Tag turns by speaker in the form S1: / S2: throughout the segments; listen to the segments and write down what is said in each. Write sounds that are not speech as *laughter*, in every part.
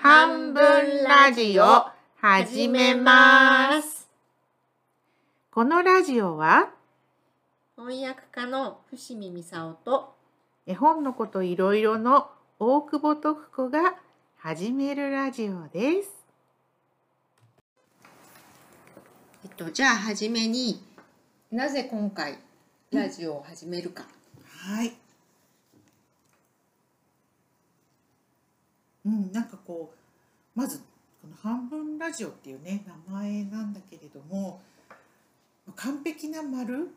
S1: 半分ラジオ始めます。このラジオは
S2: 翻訳家の伏見美沙夫と
S1: 絵本のこといろいろの大久保徳子が始めるラジオです。
S2: えっとじゃあ初めになぜ今回ラジオを始めるか、
S3: はい。うん、なんかこう、まず、この半分ラジオっていうね、名前なんだけれども。完璧な丸、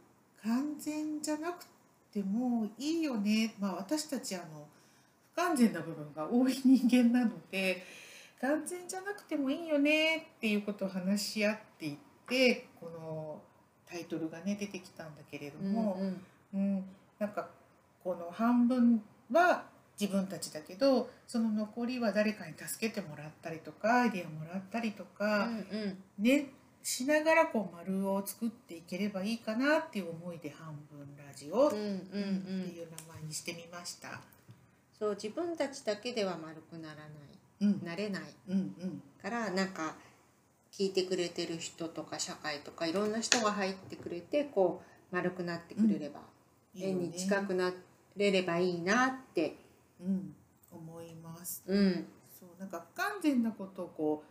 S3: 完全じゃなくてもいいよね。まあ、私たち、あの。不完全な部分が多い人間なので。完全じゃなくてもいいよねっていうことを話し合っていって、この。タイトルがね、出てきたんだけれども。
S2: うん
S3: うん、なんかこの半分は自分たちだけどその残りは誰かに助けてもらったりとかアイデアもらったりと
S2: うん
S3: か、ねしながらこう丸を作っていければいいかなっていう思いで「半分ラジオ」っ
S2: うんう
S3: て
S2: んうんう
S3: い
S2: ん
S3: う名前にしてみました。
S2: そう自分たちだけでは丸くなら
S3: うん、
S2: ないなれない
S3: うん、うん、
S2: からなんか聞いてくれてる人とか社会とかいろんな人が入ってくれてこう丸くなってくれれば、
S3: いいよ
S2: 円
S3: ね
S2: に近くなれればいいなって、
S3: うん、思います。
S2: うん、
S3: そうなんか不完全なことをこ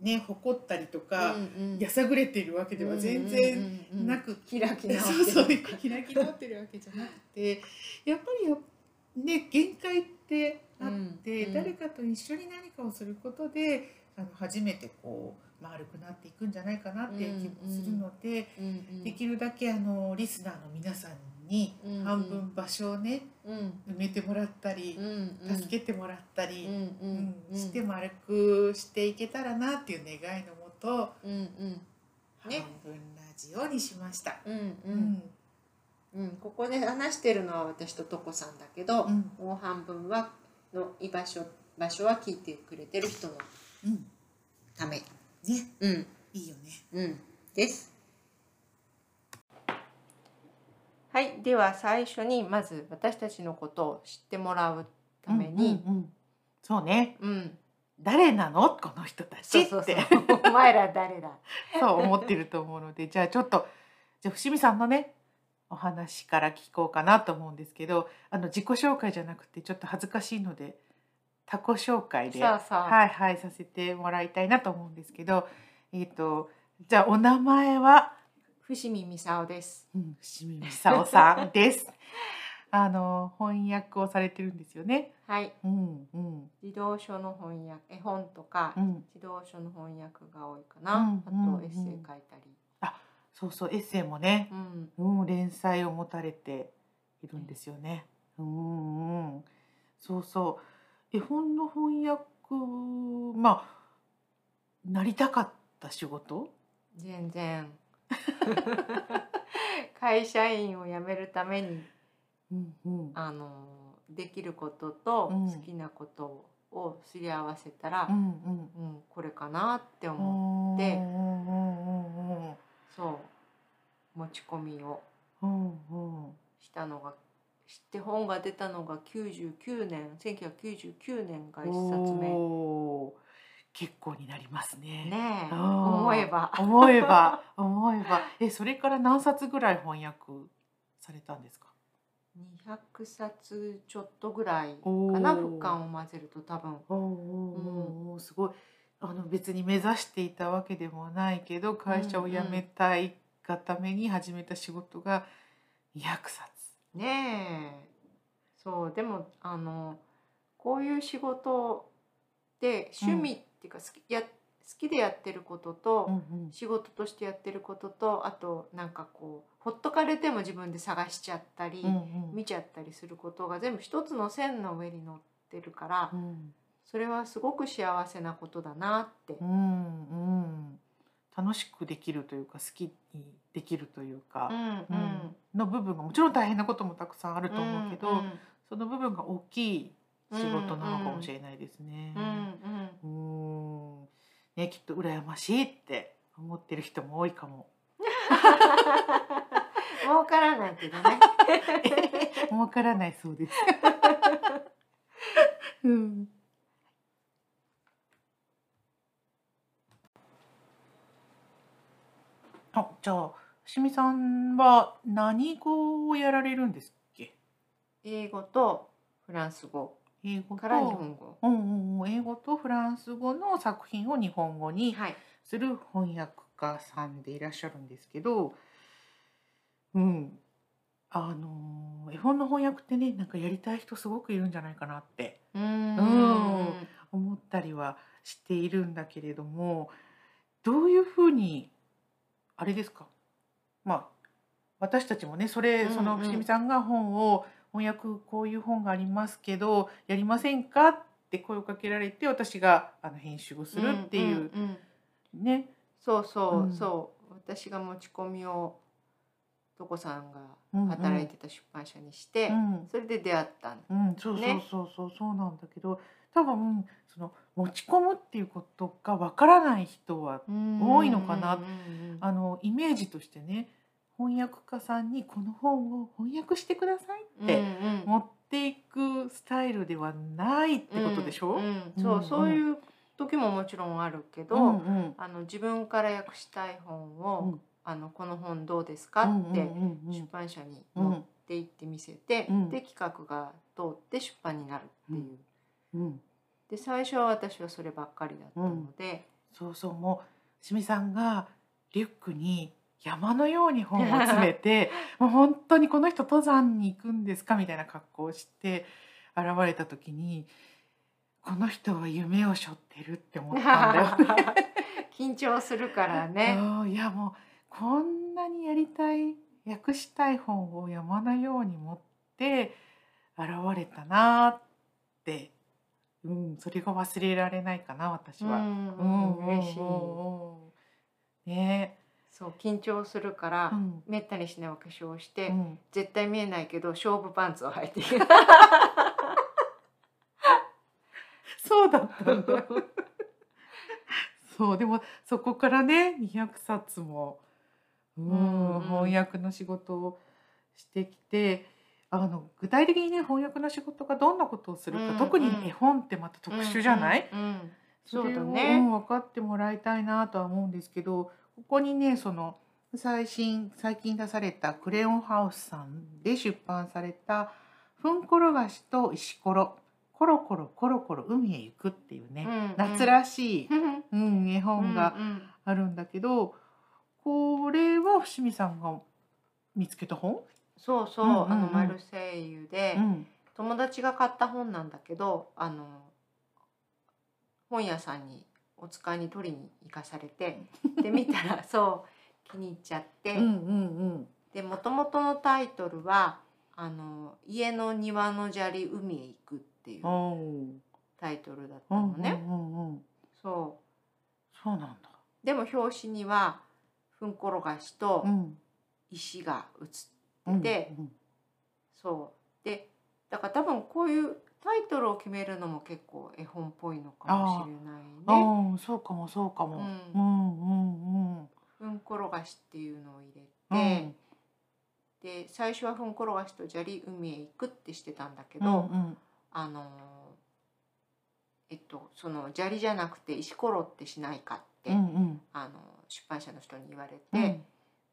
S3: うね誇ったりとか、
S2: うんうん
S3: やさぐれているわけでは全然
S2: うんうんうん
S3: なく
S2: 開き
S3: *laughs*
S2: 直
S3: そうそう
S2: って
S3: 開
S2: る
S3: き直ってるわけじゃなくてやっぱりやね限界ってあって、
S2: うんうん
S3: 誰かと一緒に何かをすることであの初めてこう丸くなっていくんじゃないかなっていう気もするので、
S2: うんうん
S3: できるだけあのリスナーの皆さんに
S2: うんうん
S3: 半分場所をね
S2: うん
S3: 埋めてもらったり
S2: う、んうん
S3: 助けてもらったり、
S2: うんうん
S3: うんして丸くしていけたらなっていう願いのもと、
S2: うんうんね
S3: 半分ラジオにしました。
S2: うんう
S3: うん
S2: うんここで話してるのは私ととこさんだけど、
S3: うん
S2: もう半分はの居場所場所は聞いてくれてる人の
S3: うん
S2: ため
S3: ね、
S2: うん
S3: いいよね。
S2: うんですはいでは最初にまず私たちのことを知ってもらうために、
S3: うんうんうんそうね。
S2: うん
S3: 誰なのこの人たち
S2: そう
S3: って
S2: そ
S3: そうう
S2: そうお前ら
S3: *laughs*
S2: 誰だ
S3: 思ってると思うので、 *laughs* じゃあちょっとじゃあ伏見さんのねお話から聞こうかなと思うんですけど、あの自己紹介じゃなくてちょっと恥ずかしいので他己紹介で
S2: さあさあ、
S3: はいはいさせてもらいたいなと思うんですけど、えっ、とじゃあお名前は、
S2: 伏見美沙夫です
S3: うん、伏見美沙夫さんです。 *laughs* あの翻訳をされてるんですよね。
S2: はい
S3: うんうん
S2: 児童書の翻訳絵本とか
S3: うん。
S2: 児童書の翻訳が多いかな、
S3: うんうん
S2: あとエッセイ書いたり、
S3: そうそうエッセイもね
S2: うん、
S3: うん、連載を持たれているんですよね。うん、うん、そうそう。絵本の翻訳、まあ。なりたかった仕事。
S2: 全然 *laughs* 会社員を辞めるために
S3: うん、うん、
S2: あのできることと
S3: うん
S2: 好きなことをすり合わせたら、
S3: う
S2: うん
S3: ん、うん。
S2: これかなって
S3: う
S2: 思う、
S3: ん
S2: で
S3: うんうんうん
S2: そう持ち込みを
S3: うんうんうん
S2: したのがして本が出たのが99年1999年が一冊目
S3: おー結構になりますね。
S2: ねえ
S3: あー
S2: 思えば
S3: 思えば思えばえそれから何冊ぐらい翻訳されたんですか。
S2: 200冊ちょっとぐらいか
S3: お
S2: な
S3: ー
S2: 復刊を混ぜると多分
S3: おーおーおーおーすごいあの別に目指していたわけでもないけど会社を辞めたいがために始めた仕事が200冊。
S2: ねえそうでもあのこういう仕事で趣味っていうか好き,、や好きでやってることと、
S3: うん
S2: 仕事としてやってることとあとなんかこうほっとかれても自分で探しちゃったり、
S3: うんうん
S2: 見ちゃったりすることが全部一つの線の上に乗ってるから、
S3: うん
S2: それはすごく幸せなことだなって、
S3: うんうん楽しくできるというか好きにできるという
S2: う
S3: か、
S2: んうん
S3: うんの部分がもちろん大変なこともたくさんあると思うけど、
S2: うんうん
S3: その部分が大きい仕事なのかもしれないですね。
S2: うんうん
S3: うーんね、きっと羨ましいって思ってる人も多いかも。
S2: 儲からないけどね。 *laughs*
S3: 儲からないそうです。うん、じゃあしみさんは何語をやられるんですっけ
S2: 英語とフランス語
S3: 英語と
S2: から日本語
S3: うんうんうん英語とフランス語の作品を日本語に
S2: はい
S3: する翻訳家さんでいらっしゃるんですけど、うん、あのー絵本の翻訳ってねなんかやりたい人すごくいるんじゃないかなって
S2: うーん
S3: うん思ったりはしているんだけれどもどういうふうにあれですかまあ私たちもねそれ、
S2: うんうん
S3: その伏見さんが本を翻訳こういう本がありますけどやりませんかって声をかけられて私があの編集をするっていう、
S2: んんん
S3: ね
S2: そうそう、
S3: うん
S2: そう私が持ち込みをとこさんが
S3: うんうん
S2: 働いてた出版社にして、
S3: うん
S2: それで出会ったん
S3: うん、そうそう
S2: ね
S3: そうそうそうなんだけど、多分その持ち込むっていうことがわからない人は多いのかな
S2: うんうんうん
S3: あのイメージとしてね翻訳家さんにこの本を翻訳してくださいって
S2: うんうん
S3: 持っていくスタイルではないってことでしょ、
S2: う
S3: うんん
S2: うんそう
S3: うん
S2: そういう時ももちろんあるけど、
S3: うん
S2: あの自分から訳したい本を、
S3: うん
S2: あのこの本どうですかって出版社に
S3: うん
S2: 持って行って見せて、
S3: うん
S2: で企画が通って出版になるっていう、
S3: うん
S2: で最初は私はそればっかりだったので、
S3: そうそうもうしみさんがリュックに山のように本を詰め *laughs* てもう本当にこの人登山に行くんですかみたいな格好をして現れた時にこの人は夢を背負ってるって思ったんだよね
S2: *laughs* 緊張するからね。
S3: うんいやもうこんなにやりたい訳したい本を山のように持って現れたなって、うん、それが忘れられないかな私は。
S2: うん、嬉しい。
S3: い。ね
S2: そう緊張するか
S3: え、
S2: ら、
S3: ん
S2: めったにしないお化粧をして、
S3: うん、
S2: 絶対見えないけど勝負パンツを履いている。
S3: そうだったんだ。そうでもそこからね200冊も、うん
S2: うんうん
S3: 翻訳の仕事をしてきてあの具体的にね翻訳の仕事がどんなことをするか、
S2: うんうん
S3: 特に絵本ってまた特殊じゃない、
S2: うんうん
S3: それを
S2: そうだね
S3: ん、分かってもらいたいなとは思うんですけどここにねその最新最近出された「クレヨンハウス」さんで出版された「ふんころがしと石ころコロコロコロコロ海へ行く」っていうね、
S2: うん
S3: 夏らしい、
S2: うん
S3: うん、絵本が
S2: うんうん
S3: あるんだけど、これは伏見さんが見つけた本、
S2: そうそう、
S3: うんうんうん
S2: あのマルセイユで、
S3: うん
S2: 友達が買った本なんだけどあの本屋さんにお使いに取りに行かさ
S3: *laughs*
S2: れてで見たらそう気に入っちゃって、
S3: うんうん
S2: で元々のタイトルはあの「家の庭の砂利海へ行く」っていう
S3: うんおー
S2: タイトルだった
S3: うん
S2: の
S3: うん
S2: ね。
S3: うんうん
S2: そ
S3: そうなんだ、
S2: うでも表紙にはふんころがしと
S3: ん
S2: 石が写ってて、
S3: うんうん
S2: そうでだから多分こういうタイトルを決めるのも結構絵本っぽいのかもしれないね。
S3: ああそうかもそうかも。
S2: う
S3: うんんうんうん。
S2: ふん転がしっていうのを入れて、
S3: うん
S2: で最初はふん転がしと砂利海へ行くってしてたんだけ
S3: う
S2: ど、
S3: んうん
S2: あのーえっとその砂利じゃなくて石ころってしないかって、
S3: うんうん
S2: あのー出版社の人に言われて、
S3: うん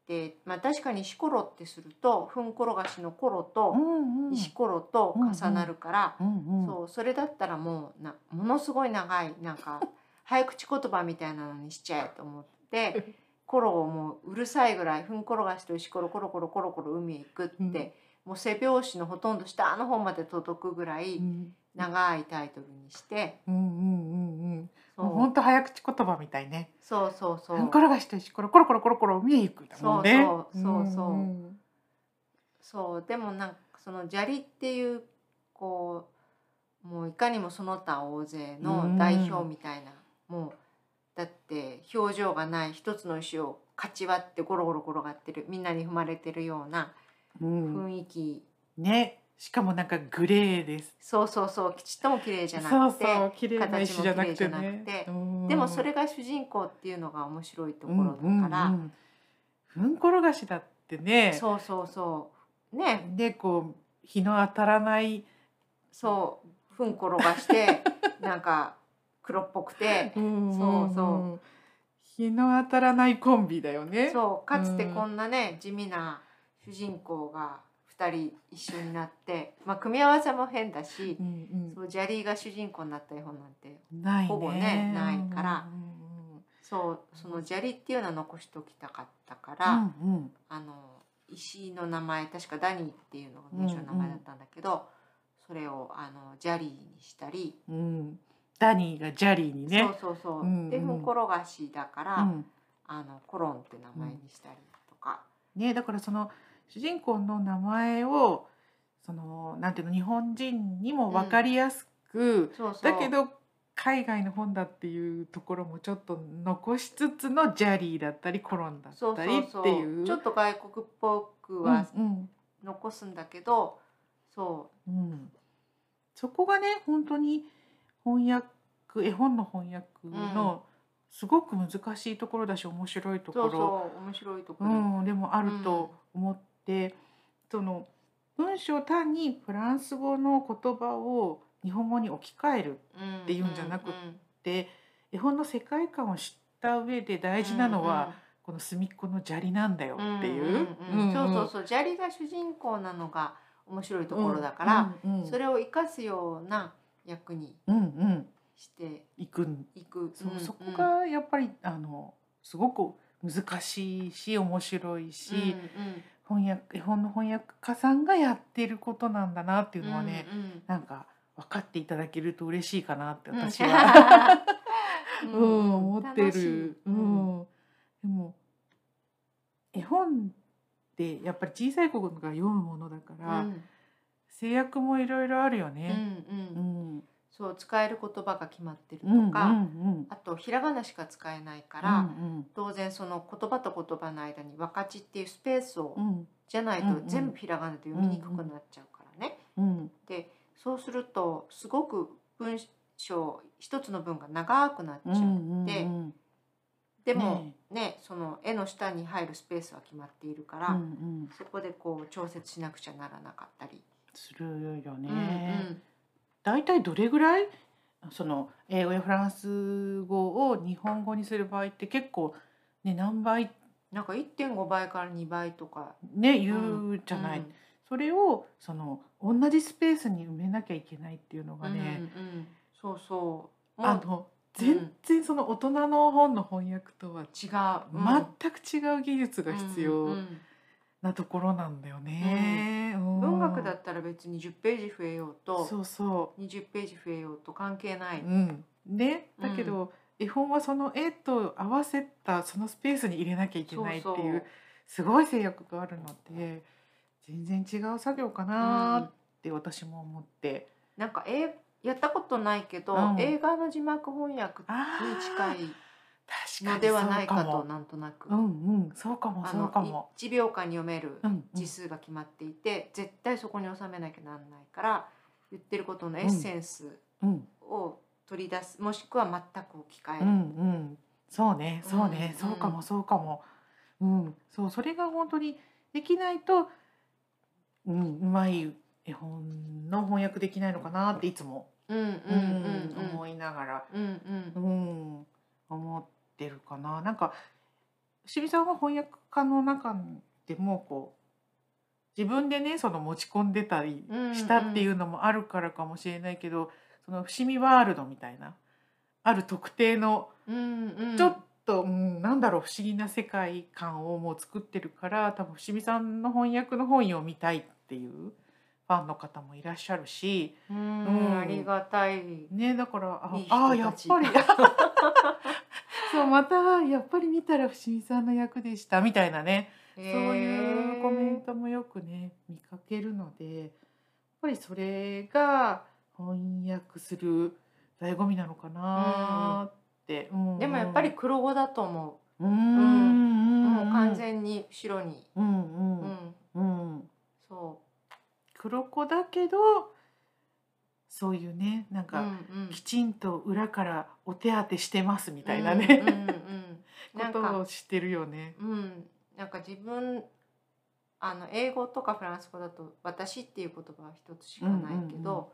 S2: でまあ確かに石ころってするとふん転がしのころ
S3: う
S2: と
S3: んうん
S2: 石ころと重なるから。
S3: うんうん
S2: そうそれだったらもうなものすごい長いな
S3: *laughs*
S2: んか早口言葉みたいなのにしちゃえと思ってコロをもううるさいぐらいふんころがしと石ころコロコロコロコロ海へ行くって、
S3: うん
S2: もう背拍子のほとんど下の方まで届くぐらい
S3: うん
S2: 長いタイトルにして、
S3: うんうんうんうん。
S2: そ
S3: もう
S2: う
S3: 本当早口言葉みたいね。
S2: そうそうそう
S3: 転がして石ころコロコロコロコロ見え行くだもんね。
S2: そうそうそうそうん
S3: ん
S2: そうでもなんかその砂利っていうこうもういかにもその他大勢の代表みたいな、もうだって表情がない一つの石をかち割ってゴロゴロ転がってるみんなに踏まれてるような
S3: うん
S2: 雰囲気、
S3: ね。しかもなんかグレーです。
S2: そうそうそうちっとも綺麗じゃ
S3: そ
S2: な
S3: う
S2: くて
S3: そう綺麗な石じゃなくて
S2: 形も綺麗じゃな
S3: ね
S2: くて。
S3: うん
S2: でもそれが主人公っていうのが面白いところだから、
S3: うんうんうんふんころがしだってね。
S2: そうそうそうね
S3: でこう日の当たらない
S2: そうふん
S3: *laughs*
S2: 転がしてなんか黒っぽくて
S3: うんうんうん
S2: そうそ
S3: 日の当たらないコンビだよね。
S2: そうかつてこんなね地味な主人公が2人一緒になって、まあ、組み合わせも変だし
S3: う、ん
S2: そうジャリーが主人公になった絵本なんて
S3: うん、ないね。
S2: ほぼねないから
S3: うんうんうん
S2: そうそのジャリーっていうのは残しておきたかったから、
S3: うんうん
S2: あの石井の名前確かダニーっていうのが名称の名前だったんだけど、それをあのジャリーにしたり、
S3: うん、ダニーがジャリーにね。
S2: そうそうそう、
S3: うんうん
S2: でふんころがしだから、
S3: うん
S2: あのコロンって名前にしたりとか、
S3: ね、だからその主人公の名前をそのなんていうの日本人にも分かりやすく、
S2: そうそう
S3: だけど海外の本だっていうところもちょっと残しつつのジャリーだったりコロンだっ
S2: そう
S3: た
S2: そ
S3: りっ
S2: う
S3: て
S2: そう
S3: いう。
S2: ちょっと外国っぽくは
S3: うん
S2: 残すんだけど、そ
S3: うんうんそこがね本当に翻訳絵本の翻訳のすごく難しいところだし面白いと
S2: う
S3: こ
S2: そ
S3: ろ。
S2: うそう面白いところ、
S3: うん、でもあると思って、その文章を単にフランス語の言葉を日本語に置き換えるっ
S2: うん
S3: っていうんじゃなく
S2: うん
S3: て絵本の世界観を知った上で大事なのは、この隅っこの砂利なんだよ
S2: うんうん
S3: ってい
S2: ん
S3: う。
S2: んんそうそう
S3: う
S2: そう砂利が主人公なのが面白いと
S3: と
S2: ころだから、、
S3: うんうん、
S2: それを生かすような役に
S3: うんうん
S2: して
S3: 行くん
S2: いく
S3: そう、
S2: うん
S3: そこがやっぱりあのすごく難しいし面白いし、
S2: う
S3: 翻訳絵本の翻訳家さんがやってることなんだなってい
S2: ん
S3: う
S2: うん
S3: のはね、
S2: うんうん
S3: なんか分かっていただけると嬉しいかなって
S2: うん
S3: 私は、
S2: *laughs*
S3: *laughs* うん思って
S2: 楽しい
S3: る、うんでも絵本ってやっぱり小さい子が読むものだか
S2: うんう
S3: ら、
S2: ん
S3: 制約もいろいろあるよ
S2: うんう
S3: ね。うんん
S2: そう使える言葉が決まってると
S3: うんうん
S2: か、
S3: うん
S2: あとひらがなしか使えないから、
S3: うん
S2: 当然その言葉と言葉の間に分かちっていうスペースを、
S3: うん
S2: じゃない
S3: うんう
S2: と
S3: ん
S2: 全部ひらがなで読みにくくなっちゃうからね。
S3: うん
S2: でそうするとすごく文章一つの文が長くなっちゃって、
S3: うん
S2: でもねその絵の下に入るスペースは決まっているから、
S3: うんうん
S2: そこでこう調節しなくちゃならなかったり、
S3: するよ
S2: うん
S3: ね。大体どれぐらいその英語やフランス語を日本語にする場合って結構ね何倍
S2: うん、なんか1.5倍から2倍とか
S3: ね言うじゃない、
S2: うん
S3: それをその同じスペースに埋めなきゃいけないっていうのがね、
S2: うんうんそうそうも
S3: あ
S2: う
S3: の
S2: うん
S3: 全然その大人の本の翻訳とは
S2: 違う、
S3: 全く違う技術
S2: う
S3: が
S2: ん
S3: 必
S2: う
S3: 要
S2: んうん
S3: なところなんだよね。うん
S2: 文学だったら別に10ページ増えようと
S3: そうそ
S2: 20ページ増えようと関係な
S3: う、
S2: い、
S3: うん、ねだけど、絵本はその絵と合わせたそのスペースに入れなきゃいけないっていうすごい制約があるので全然違う作業かなーって私も思って。
S2: なんかえやったことないけど、
S3: うん
S2: 映画の字幕翻訳に
S3: あー
S2: 近い
S3: 確か
S2: の
S3: に
S2: ではない
S3: そ
S2: か
S3: う
S2: と
S3: も
S2: なんとなく、
S3: うんうんそうかも
S2: あ
S3: そうか
S2: の
S3: も。
S2: 1秒間に読める
S3: うんうん
S2: 字数が決まっていて、絶対そこに収めなきゃなんないから言ってることのエッセンス
S3: うん
S2: を取り出す、もしくは全く置き換え
S3: う
S2: る。
S3: んうんそうねそうね、
S2: うんうん
S3: そうかもそうかも。うんそうそれが本当にできないと、うん、うまい絵本の翻訳できないのかなっていつも、
S2: うんうん
S3: うん
S2: うん
S3: 思いながら、
S2: うん
S3: う
S2: う
S3: んん、思ってるかな。なんか伏見さんは翻訳家の中でもこう自分でねその持ち込んでたり
S2: うんうん
S3: したっていうのもあるからかもしれないけど、その伏見ワールドみたいなある特定の
S2: うんうん
S3: ちょっと、うんなんだろう不思議な世界観をもう作ってるから多分伏見さんの翻訳の本読みたいっていうファンの方もいらっしゃるし
S2: うん
S3: うん
S2: ありがたい。
S3: ねだからあ
S2: いい人
S3: あーや
S2: た
S3: っ
S2: ち
S3: ぱり *laughs* そうまたやっぱり見たら伏見さんの役でしたみたいなね
S2: そう
S3: そういうコメントもよくね見かけるのでやっぱりそれが翻訳する醍醐味なのかなーって、うんうん
S2: でもやっぱり黒語だと思
S3: うん
S2: う。
S3: も
S2: もう完全に白に。
S3: うん
S2: う
S3: うん
S2: ん
S3: うん、
S2: そ
S3: 黒子だけどそういうねなん
S2: う。う
S3: か、
S2: んうん
S3: きちんと裏からお手当てしてますみたいな *laughs*
S2: うんう
S3: ね、
S2: んうん、なん
S3: ことを
S2: か、
S3: してるよね。
S2: うん、なんか自分。あの英語とかフランス語だと「私」っていう言葉は一つしかないけど、
S3: うんうんうん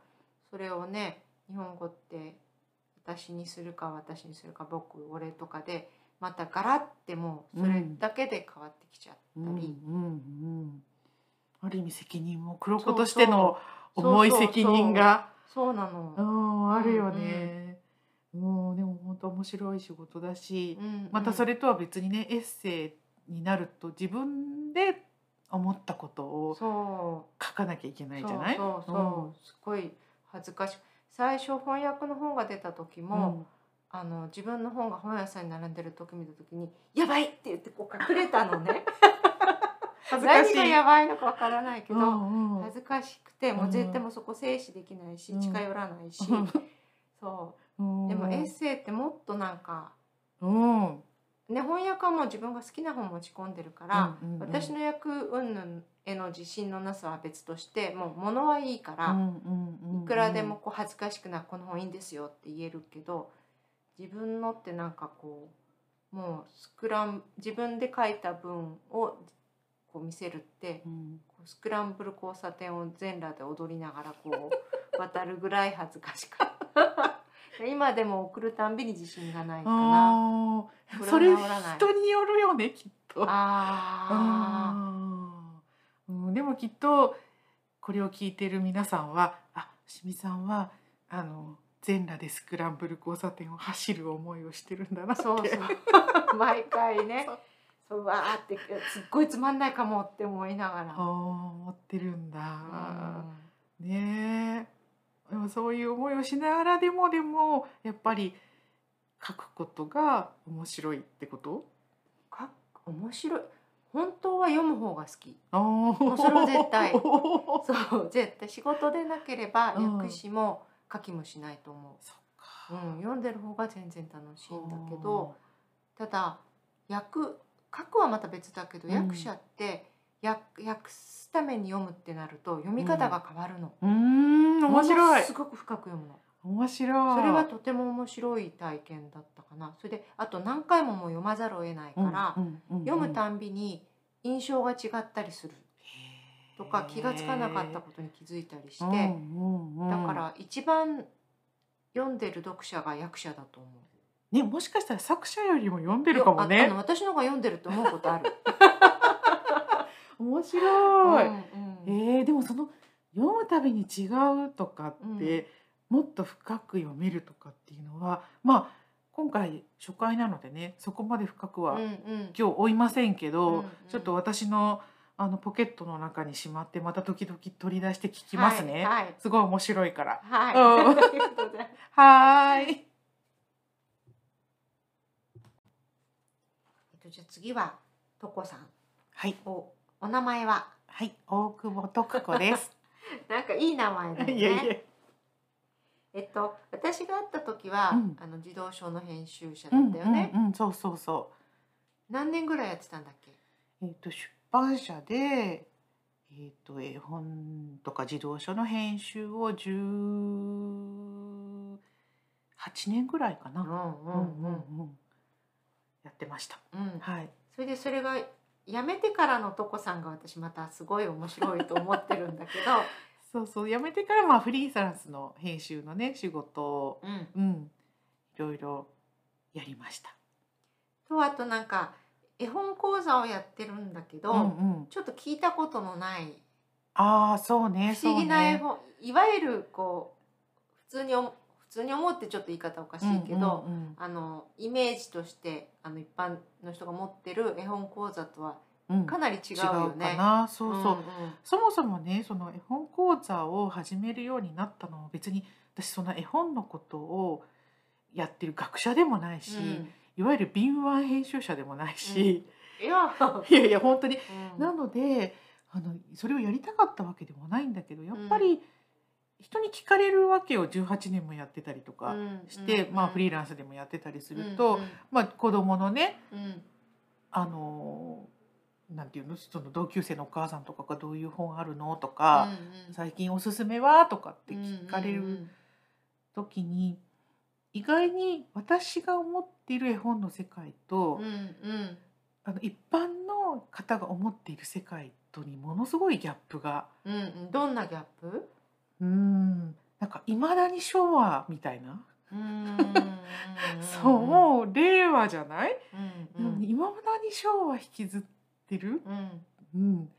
S2: それをね日本語って「私にするか私にするか僕俺」とかでまたガラってもうそれだけで変わってきちゃった
S3: う
S2: り、
S3: んうんうんある意味責任も黒子としての重い
S2: そうそう
S3: 責任が
S2: そうなの、
S3: うんあるよね。うんでも本当面白い仕事だし、
S2: うん
S3: またそれとは別にねエッセイになると自分で思ったこと
S2: うん
S3: を
S2: そう
S3: 書かなきゃいけないじゃない
S2: そうそうそう、すごい恥ずかしい最初翻訳の本が出た時
S3: う
S2: も、
S3: ん
S2: あの自分の本が本屋さんに並んでる時見た時に「やばい!」って言ってこう隠れたのね
S3: *laughs* 恥ずかし
S2: 何
S3: い
S2: がやばいのかわからないけ
S3: う
S2: ど、
S3: んうん
S2: 恥ずかしくてもう絶対もうそこ静止できないし、
S3: うん
S2: 近寄らないし、そ
S3: うん
S2: うでもエッセイってもっとなんか、
S3: うん
S2: ね、翻訳はもう自分が好きな本持ち込んでるから、
S3: うんうんうん
S2: 私の役云々への自信のなさは別としてもう物はいいから。
S3: うんうんうんうん
S2: いくらでもこう恥ずかしくないこの本いいんですよって言えるけど自分のってなんかこうもうスクラン自分で書いた文をこう見せるって
S3: うん
S2: こうスクランブル交差点を全裸で踊りながらこう渡るぐらい恥ずかしか
S3: *laughs*
S2: った。今でも送るたんびに自信がないかな。
S3: あー
S2: これは
S3: それ
S2: 治らない
S3: 人によるよねきっと。うん
S2: あ
S3: うんでもきっとこれを聞いてる皆さんはあしみさんはあの全裸でスクランブル交差点を走る思いをしてるんだな
S2: あ、
S3: って
S2: そうそう。毎回ね、そうわーってすっごいつまんないかもって思いなが
S3: あ
S2: ら
S3: ー。 *laughs* 思ってるんだ。
S2: うん
S3: ねえでもそういう思いをしながらでもでもやっぱり書くことが面白いってこと
S2: か面白い本当は読む方が好き
S3: あ
S2: も
S3: あ
S2: うそれは絶対
S3: そ
S2: そう絶対仕事でなければ
S3: うん
S2: 訳詞も書きもしないと思
S3: っ
S2: う、
S3: か。
S2: うん、読んでる方が全然楽しいんだけどただ訳書くはまた別だけど
S3: うん
S2: 役者って訳訳すために読むってなると読み方が変わるの、
S3: うーん面
S2: も
S3: 白
S2: の
S3: い
S2: すごく深く読むの
S3: 面白い
S2: それはとても面白い体験だったかなそれであと何回ももう読まざるを得ないから、
S3: うんうんうんうん
S2: 読むたんびに印象が違ったりするとか気がつかなかったことに気づいたりして、
S3: うんうんうん
S2: だから一番読んでる読者が役者だと思う。
S3: ねもしかしたら作者よりも読んでるかも
S2: よああ
S3: ね
S2: の私の方が読んでると思うこと
S3: *laughs*
S2: ある。
S3: 面白い、
S2: うんうん
S3: えーでもその読むたびに違うとかって、もっと深く読めるとかっていうのはまあ今回初回なのでねそこまで深くは
S2: うんうん
S3: 今日追いませんけど、
S2: うんうん
S3: ちょっと私のあのポケットの中にしまってまた時々取り出して聞きますね、
S2: はい
S3: すごい面白いから
S2: はい。
S3: う
S2: は
S3: ん
S2: い、 *laughs* ありがとうございます。
S3: はーい
S2: えっとじゃあ次はとこさん。
S3: はい
S2: おお名前は
S3: はい大久保徳子です
S2: なんかいい名前 *laughs* だよ
S3: *laughs*
S2: ね。
S3: いやいや。
S2: えっと私が会った時は、
S3: うん
S2: あの児童書の編集者だったよね。
S3: うんうんうん、そうそうそ
S2: 何年ぐらいやってたんだっけ？
S3: う。えっ、と出版社でえっ、と絵本とか児童書の編集を18年ぐらいか
S2: うん
S3: な。
S2: うんうん。
S3: うんやってました。
S2: うん、
S3: はい。
S2: それでそれがやめてからのとこさんが私またすごい面白いと思ってるんだけど、
S3: そうそう。辞めてからまあフリーランスの編集のね仕事を
S2: う
S3: *laughs* うん
S2: ん、
S3: いろいろやりました。
S2: とあとなんか絵本講座をやってるんだけど、
S3: うんうん。
S2: ちょっと聞いたことのない
S3: ああそうね。
S2: 不思議な絵
S3: そうね
S2: 本、いわゆるこう普通におも普通に思うってちょっと言い方おかしいけど、
S3: うんうん
S2: あのイメージとしてあの一般の人が持ってる絵本講座とは
S3: うんうん
S2: かなり違
S3: 違う
S2: うよ
S3: か
S2: ね。
S3: な。そうそう。
S2: んん
S3: そもそもねその絵本講座を始めるようになったのも別に私その絵本のことをやってる学者でもないし、いわゆる敏腕編集者でもないし、
S2: うんいや、
S3: いやいや本当に、
S2: うん
S3: なのであのそれをやりたかったわけでもないんだけどやっぱり人に聞かれるわけを18年もやってたりとかして、まあ、フリーランスでもやってたりすると、まあ、子供のね
S2: うんうんうん
S3: あのなんていうのその同級生のお母さんとかがどういう本あるのとか。
S2: うんうん
S3: 最近おすすめはとかって聞かれ
S2: うんうんう
S3: る
S2: ん
S3: 時に意外に私が思っている絵本の世界と、
S2: うんうん
S3: あの一般の方が思っている世界とにものすごいギャップが
S2: うんうんどんなギャップ
S3: うーんなんかいまだに昭和みたいなそうもう令和じゃない、
S2: うんうん
S3: 今もなに昭和引きずってる、
S2: うん
S3: うん、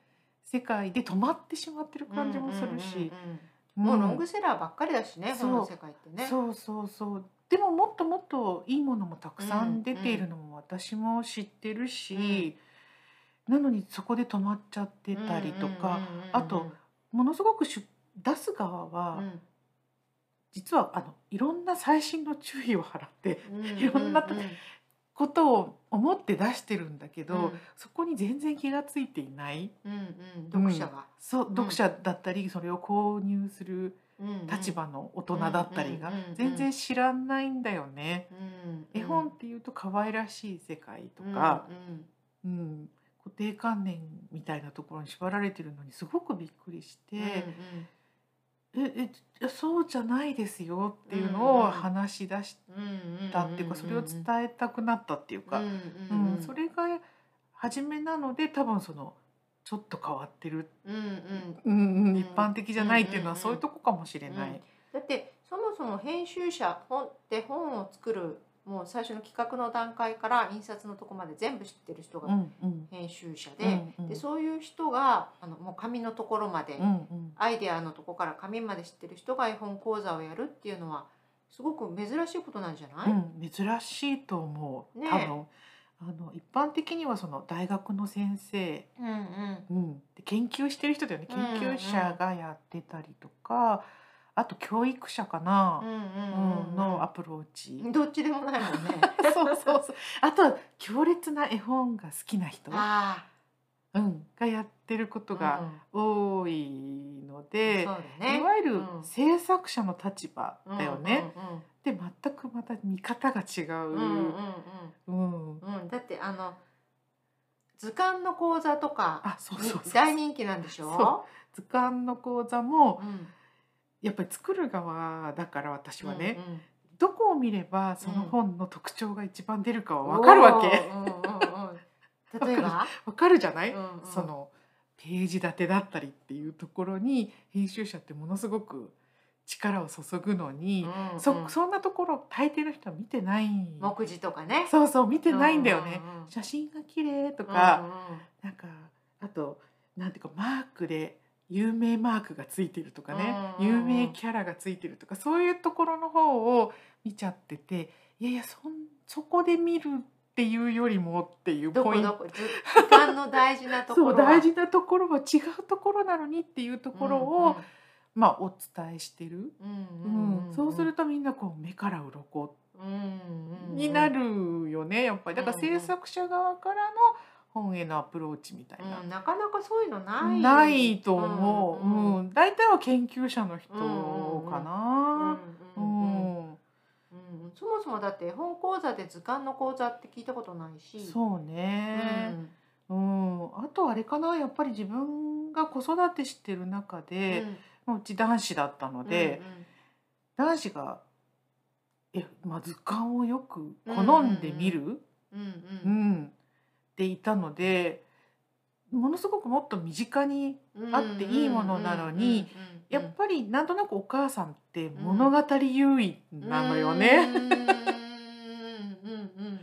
S3: 世界で止まってしまってる感じもするし、
S2: うんうんうん
S3: ん
S2: もうロングセラーばっかりだしね、
S3: そう
S2: 本の世界ってね。
S3: そうそうそうでももっともっといいものもたくさん出ているのも私も知ってるし、なのにそこで止まっちゃってたりとか、
S2: うんうんうんうん、
S3: あとものすごく出出す側は、実はあのいろんな細心の注意を払って
S2: うん、
S3: いろんなと
S2: うう
S3: ことを思って出してるんだけど、
S2: うん
S3: そこに全然気がついていない
S2: うんうん、読者が、
S3: そう読者だったりそれを購入する
S2: うんうん
S3: 立、場の大人だったりが
S2: うんうんうんうん
S3: 全然知らないんだよね。
S2: うんうん
S3: 絵本っていうと可愛らしい世界とか、うん固定観念みたいなところに縛られてるのにすごくびっくりして
S2: うんうん、
S3: ええそうじゃないですよっていうの
S2: うんう
S3: を
S2: ん
S3: 話し出し
S2: うん
S3: たっていうかそれを伝えたくなったっていうか
S2: うんうん
S3: う
S2: うん
S3: ん、それが初めなので多分そのちょっと変わってる、
S2: うんうん、
S3: うん
S2: うん
S3: 一般的じゃないっていうのは
S2: うん
S3: そういうとこかもしれない。
S2: だってそもそも編集者本で本を作るもう最初の企画の段階から印刷のとこまで全部知ってる人
S3: う
S2: が
S3: んうん
S2: 編集者
S3: う
S2: で,、
S3: んうん
S2: でそういう人があのもう紙のところまで、
S3: うんうん
S2: アイデアのとこから紙まで知ってる人が絵本講座をやるっていうのはすごく珍しいことなんじゃない、
S3: うん、珍しいと思う、
S2: ね
S3: 多分あの一般的にはその大学の先生、
S2: うんうん
S3: うん、で研究してる人だよね
S2: う
S3: 研
S2: んうん
S3: 究者がやってたりとか、あと教育者かな
S2: う、
S3: うん
S2: んうんうん
S3: のアプローチ、 *laughs*
S2: どっちでもないもんね。
S3: そうそうそうあとは強烈な絵本が好きな人、
S2: あ
S3: うん、がやってること
S2: あ、
S3: が
S2: うん
S3: 多いので、
S2: そうだね。
S3: いわゆる
S2: うん
S3: 制作者の立場だよね。
S2: う
S3: で全くまた見方が違う。
S2: んうんうん。うんうん
S3: うん
S2: うんうん。だってあの図鑑の講座とか
S3: あそうそうそう
S2: 大人気なんでしょ。
S3: 図鑑の講座も
S2: うん
S3: やっぱり作る側だから私はね、
S2: うんうん
S3: どこを見ればその本の特徴が一番出るかは分かるわけ、 *laughs*
S2: おーうんうんうん例えば、
S3: 分かるじゃない、
S2: うんうん
S3: そのページ立てだったりっていうところに編集者ってものすごく力を注ぐのに、
S2: うんうん
S3: そそんなところ大抵の人は見てない
S2: 目次とかね。
S3: そうそう見てないんだよね、
S2: うんうんうん
S3: 写真が綺麗と
S2: うんうん
S3: か、なんかあとなんていうかマークで有名マークがついてるとかね、
S2: うんうんう
S3: 有
S2: ん
S3: 名キャラがついてるとかそういうところの方を見ちゃってていやいやそんそこで見るっていうよりもっていう
S2: ど
S3: ポ
S2: こ
S3: イン
S2: ど
S3: ト
S2: こず図鑑の大事なとこ
S3: そ
S2: ろ
S3: う大事なところは違うところなのにっていうところを、まあ、お伝えしてる、う
S2: うんうんんんん
S3: そうするとみんなこう目から鱗
S2: うんうん
S3: になるよねやっぱりだから
S2: うんう
S3: 制
S2: ん
S3: 作者側からの本へのアプローチみたいな。
S2: うん、なかなかそういうのない
S3: ないと思う、
S2: う
S3: うんん
S2: うん
S3: 大体は研究者の人かな、
S2: う
S3: うんう
S2: んうん
S3: ん
S2: うんそもそもだって絵本講座で図鑑の講座って聞いたことないし
S3: そう
S2: う
S3: ね、
S2: ん
S3: うんあとあれかなやっぱり自分が子育てしてる中で、ううち男子だったの
S2: うん
S3: で、男子がえ、まあ、図鑑をよく好んで見る、
S2: うんうん
S3: うんっていたのでものすごくもっと身近に
S2: うんうん
S3: あっていいものなのにやっぱりなんとなくお母さんって物語優位なのよね。
S2: うんうんうん
S3: うん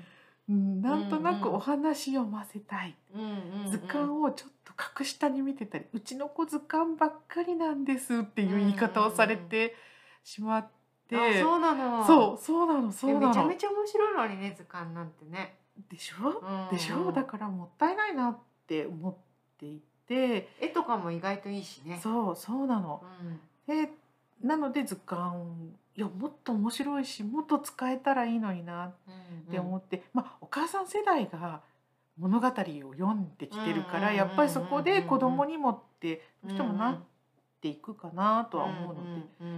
S3: なんとなくお話読ませたい。
S2: うんうんうん
S3: 図鑑をちょっと格下に見てたり、うちの子図鑑ばっかりなんですっていう言い方をされてしまって、
S2: あそうなの
S3: そうそうなのそうな
S2: でめちゃ
S3: の
S2: めちゃ面白いのにね図鑑なんてね
S3: でしょ
S2: うん
S3: でしょだからもったいないなって思っていて、
S2: 絵とかも意外といいしね
S3: そうそうなの。
S2: うん
S3: でなので図鑑いやもっと面白いしもっと使えたらいいのになっ
S2: うん
S3: って思って、まあお母さん世代が物語を読んできてるから、
S2: うん
S3: やっぱりそこで子供にもって
S2: うん
S3: 人もなっていくかなとは思うので、
S2: うんうん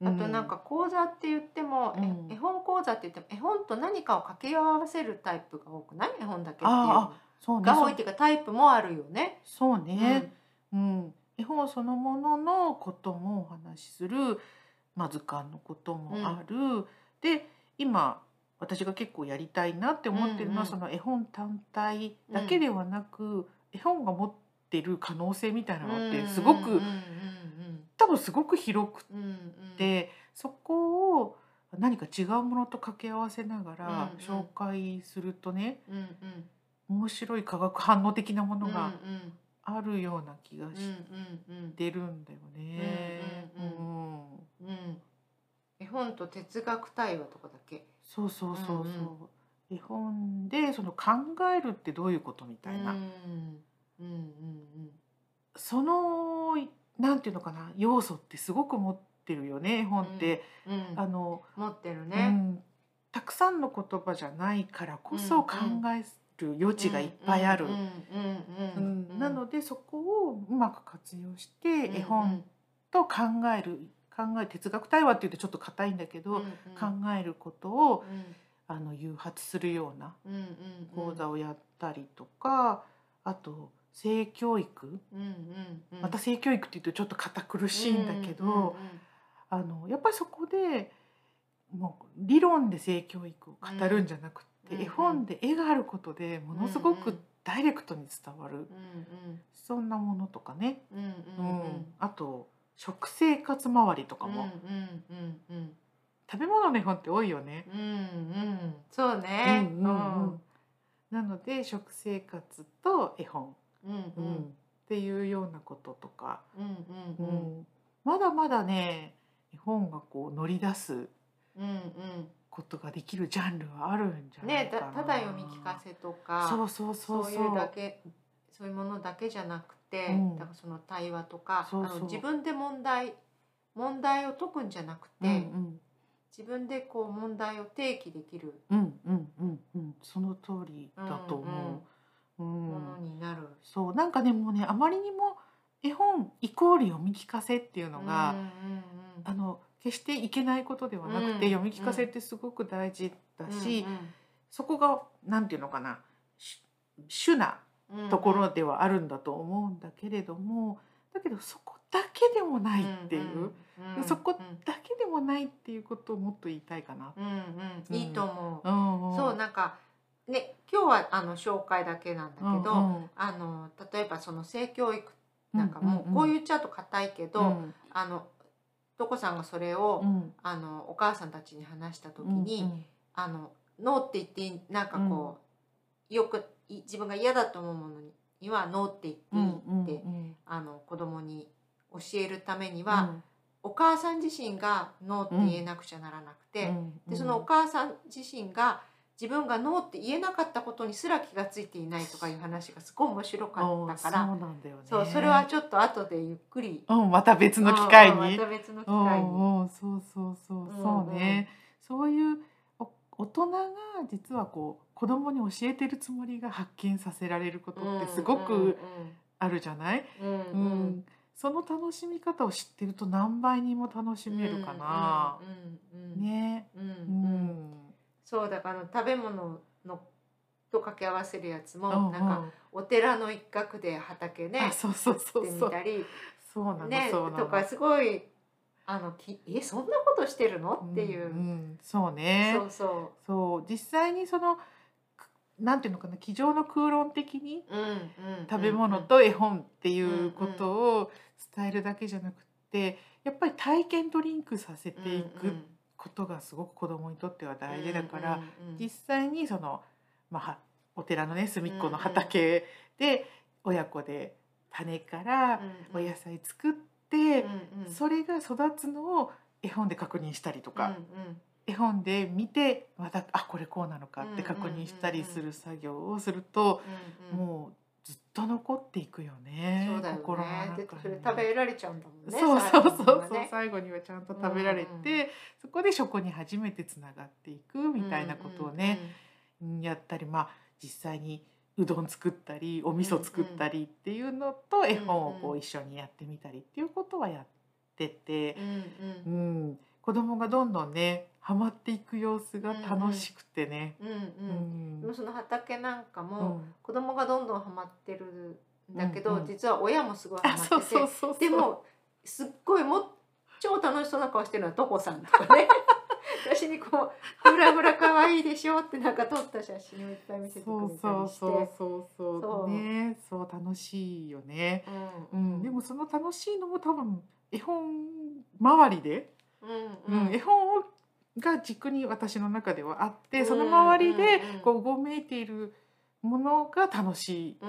S2: うん
S3: う
S2: あとなんか講座って言っても、え
S3: うん
S2: 絵本講座って言っても絵本と何かを掛け合わせるタイプが多くない絵本だけっていう
S3: あそうね
S2: が多いっていうかタイプもあるよね。
S3: そうね、うん絵本そのもののこともお話しする、まあ、図鑑のこともある、で今私が結構やりたいなって思ってるのは、
S2: うんうん
S3: その絵本単体だけではなく、絵本が持ってる可能性みたいなのってすごく、
S2: うんうん
S3: 多分すごく広く
S2: うんうんうんうん
S3: でそこを流何か違うものと掛け合わせながら
S2: うんうん
S3: 紹介するとね、
S2: うんうん
S3: 面白い化学反応的なも
S2: う
S3: の
S2: んうん
S3: があるような気が
S2: うん
S3: し
S2: うん
S3: てるんだよね。
S2: うんうんう
S3: うん
S2: うんうん絵本と哲学対話とかだっけ
S3: そうそうそうそう。
S2: うん
S3: 絵本でその考えるってどういうことみたいな、
S2: うんうんうん
S3: そのなんていうのかな要素ってすごく持ってるよね絵本って、
S2: うんうん
S3: あの、
S2: 持ってる
S3: う
S2: ね
S3: ん、たくさんの言葉じゃないからこ
S2: うんう
S3: そ
S2: ん
S3: 考える余地がいっぱいある
S2: うん。う
S3: うん
S2: う
S3: ん
S2: んうん
S3: なのでそこをうまく活用して絵本と考える考え哲学対話って言うとちょっと硬いんだけど、
S2: うんうん
S3: 考えることを
S2: うん
S3: あの誘発するような
S2: うんうん
S3: 講座をやったりとか、あと性教育、
S2: うんうんうん
S3: また性教育っていうとちょっと堅苦しいんだけど、あのやっぱりそこでもう理論で性教育を語るんじゃなくて、
S2: うん
S3: 絵本で絵があることでものすごくダイレクトに伝わる、
S2: うんうん
S3: そんなものとかね、
S2: うんうん
S3: う
S2: うん
S3: ん
S2: うん
S3: あと食生活周りとか
S2: うんうん
S3: も、
S2: うんうん
S3: 食べ物の絵本って多いよね。
S2: うんうんそうね
S3: うんうんうんなので食生活と絵本、
S2: うんうんう
S3: っ
S2: ん
S3: ていうようなこととか、
S2: うん
S3: う
S2: うんうん
S3: んまだまだね絵本がこう乗り出す
S2: うん
S3: ことができるジャンルはあるんじゃ
S2: うん
S3: ない
S2: ね
S3: か
S2: た
S3: な。
S2: ただ読み聞かせとか
S3: そうそうそう
S2: そういうだけそういうものだけじゃなくて、
S3: うん
S2: だからその対話とか
S3: そうそう
S2: あの自分で問題問題を解くんじゃなくて、
S3: うん
S2: 自分でこう問題を提起できる
S3: うんうんうんうんうんその通りだと思う。うん
S2: ものになる
S3: そうなんかねもうねあまりにも絵本イコール読み聞かせっていうのが、あの決していけないことではなくて、
S2: うん
S3: 読み聞かせってすごく大事だし、
S2: し
S3: そこがなんていうのかなし主なところではあるんだと思うんだけれどもだけどそこだけでもないっていう、そこだけでもないっていうことをもっと言いたいかな。
S2: うんうん、いいと思う。
S3: うんうん
S2: そうなんかね今日はあの紹介だけなんだけど、
S3: うんうん
S2: あの例えばその性教育なんかもうこう言っちゃうと硬いけど、
S3: うん
S2: あのとこさんがそれを、
S3: うん
S2: あのお母さんたちに話した時
S3: うん
S2: に「あのノー」って言っていいなんかこう、よくい自分が嫌だと思うものには「ノー」って言っていいって、
S3: うん
S2: あの子供に教えるためには、お母さん自身が「ノー」って言えなくちゃならなくて、
S3: うん
S2: でそのお母さん自身が自分が「ノー」って言えなかったことにすら気がついていないとかいう話がすごい面白かったから。
S3: そうなんだよね
S2: そうそれはちょっと後でゆっくり
S3: うんまた別の機会
S2: うんうん
S3: に
S2: また別の機
S3: う
S2: 会に
S3: んうんそうそうそうそうねそういうお大人が実はこう子供に教えてるつもりが発見させられることってすごくあるじゃない
S2: うん
S3: う
S2: うんうん
S3: んその楽しみ方を知ってると何倍にも楽しめるかな
S2: うんうんうん
S3: ね
S2: うん
S3: う
S2: うん
S3: ん
S2: そうだからあの食べ物のと掛け合わせるやつも、
S3: うん
S2: なんかお寺の一角で畑
S3: あ
S2: ね
S3: そうそうそ
S2: 作っ
S3: う
S2: てみ
S3: そう
S2: たり
S3: そうなの
S2: ね
S3: そうなの
S2: とかすごいあのきえそんなことしてるのっていう、
S3: んんそうね
S2: そうそ
S3: そう実際にそのくなんていうのかな机上の空論的に
S2: う、うんうん、
S3: 食べ物と絵本っていうことを伝えるだけじゃなくてやっぱり体験とリンクさせていくことがすごく子供にとっては大事だから、
S2: うんうんうん
S3: 実際にその、まあは、お寺のね隅っこの畑で親子で種からお野菜作って、
S2: うんうん
S3: それが育つのを絵本で確認したりとか。
S2: うんうん
S3: 絵本で見てまたあこれこうなのかって確認したりする作業をすると、
S2: うんうん
S3: もうずっと残っていくよね
S2: そうだよね
S3: 心の中に
S2: でそれ食べられちゃうんだもんね
S3: そうそうそうそう、
S2: 最後にはね
S3: 最後にはちゃんと食べられて、
S2: うんうん
S3: そこで食に初めてつながっていくみたいなことをね、うんやったりまあ実際にうどん作ったりお味噌作ったりっていうのと絵本をこ
S2: うんう
S3: うん一緒にやってみたりっていうことはやってて。
S2: うんうん
S3: う、ん、子供がどんどんねハマっていく様子が楽しくてね。
S2: うんうん
S3: う
S2: うん
S3: ん
S2: でもその畑なんか
S3: う
S2: も
S3: ん
S2: 子供がどんどんハマってるんだけど、
S3: うんうん
S2: 実は親もすごいハ
S3: あ
S2: マ
S3: そう
S2: ってて
S3: そうそうそう
S2: でもすっごいもう超楽しそうな顔してるのはトコさんとか
S3: *laughs*
S2: ね私にこう「フラフラ可愛いでしょ」ってなんか撮った写真をいっぱい見せてく
S3: そ
S2: れ
S3: う
S2: た
S3: そう
S2: りして。
S3: そうそうそう
S2: そう
S3: ねそう楽しいよね。
S2: うん
S3: うん、でもその楽しいのも多分絵本周りで、
S2: うん
S3: うん
S2: うん
S3: 絵本をが軸に私の中ではあってその周りでこううごめいているものが楽しい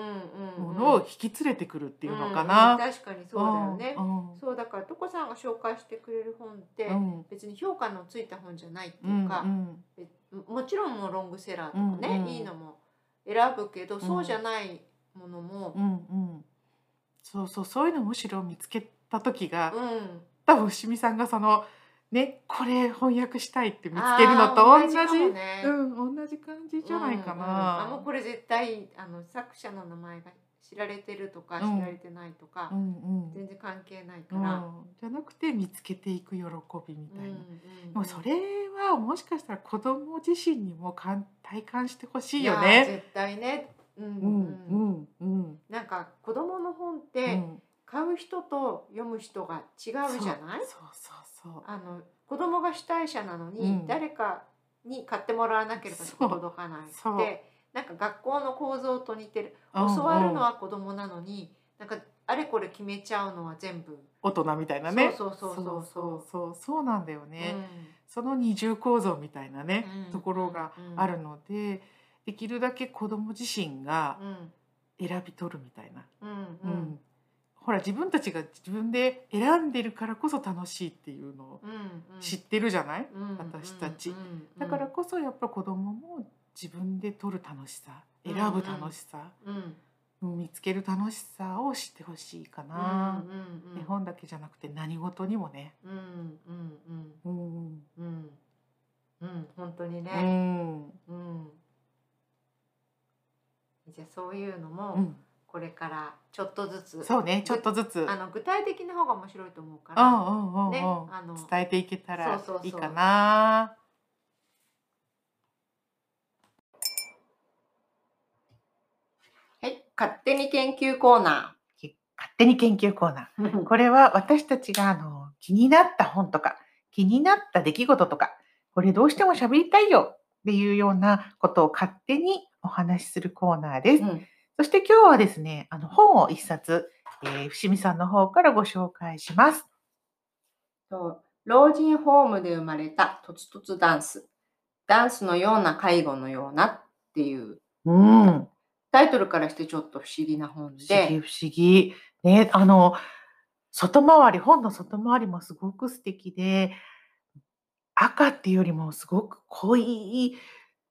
S3: ものを引き連れてくるっていうのか
S2: うん
S3: な。
S2: うん確かにそうだよね。
S3: うんうん
S2: そうだからトコさんが紹介してくれる本って、
S3: うん
S2: 別に評価のついた本じゃないって
S3: う
S2: い
S3: ん
S2: うか
S3: う、ん
S2: えもちろんもうロングセラーとかね、
S3: うんうん
S2: いいのも選ぶけど、そうじゃないものも
S3: う、んうんそうそうそういうのむしろ見つけた時が、
S2: うん
S3: 多分しみさんがそのねこれ翻訳したいって見つけるのと同じ
S2: あーかもね
S3: うん同じ感じじゃないか
S2: うんうんあもう
S3: な。
S2: これ絶対あの作者の名前が知られてるとか
S3: うん
S2: 知られてないとか、
S3: うんうん
S2: 全然関係ないか
S3: う
S2: ら、
S3: んじゃなくて見つけていく喜びみ
S2: うん
S3: たいな。
S2: うん
S3: でもそれはもしかしたら子供自身にもかん体感してほしいよ
S2: やー
S3: ね。
S2: 絶対ね、うん
S3: う
S2: う
S3: ん
S2: んうん
S3: うんうん。
S2: なんか子供の本っ
S3: う
S2: て
S3: ん
S2: 買う人と読む人が違うじゃない、
S3: そうそうそう
S2: あの子供が主体者なのに、
S3: うん
S2: 誰かに買ってもらわなければ
S3: そう
S2: 届かない
S3: そう
S2: でなんか学校の構造と似てる
S3: うんうん。
S2: 教わるのは子供なのに、なんかあれこれ決めちゃうのは全部、
S3: 大人みたいなね。
S2: そうそうそうそ
S3: そ
S2: う
S3: うそうそうなんだよね。その二重構造みたいなね、
S2: うん
S3: ところがあるのでできるだけ子供自身が
S2: うんうん
S3: 選び取るみたいな、
S2: うん
S3: う
S2: うんん
S3: ほら自分たちが自分で選んでるからこそ楽しいっていうのを
S2: うんうん
S3: 知ってるじゃない、
S2: うん
S3: 私たち
S2: うんうん
S3: だからこそやっぱ子供も自分で取る楽しさ
S2: うん
S3: 選ぶ楽しさ、
S2: うんうん
S3: 見つける楽しさを知ってほしいかな、
S2: うん
S3: 絵本だけじゃなくて何事にもね。
S2: うんうんう
S3: う
S2: ん
S3: ん
S2: うんうん本当に
S3: う
S2: ね、
S3: ん
S2: うん、じゃあそういうのも、
S3: うん、
S2: これからちょっとずつ
S3: そうねちょっとずつ、うん
S2: あの具体的な方が面白いと思うか
S3: う
S2: ら、
S3: んうんうん、
S2: ねあの
S3: 伝えていけたら
S2: そうそうそう
S3: いいかな。
S2: はい勝手に研究コーナ
S3: 勝手に研究コーナ
S2: ー
S3: ー。これは私たちがあの気になった本とか気になった出来事とかこれどうしても喋りたいよっていうようなことを勝手にお話しするコーナーです。
S2: うん
S3: そして今日はですねあの本を一冊、えー、伏見さんの方からご紹介します。
S2: と老人ホームで生まれたとつとつダンスダンスのような介護のようなっていう
S3: うん、
S2: タイトルからしてちょっと不思議な
S3: 不
S2: 本
S3: 思議
S2: で
S3: 不思議。ね、あの外回り本の外回りもすごく素敵で赤っていうよりもすごく濃い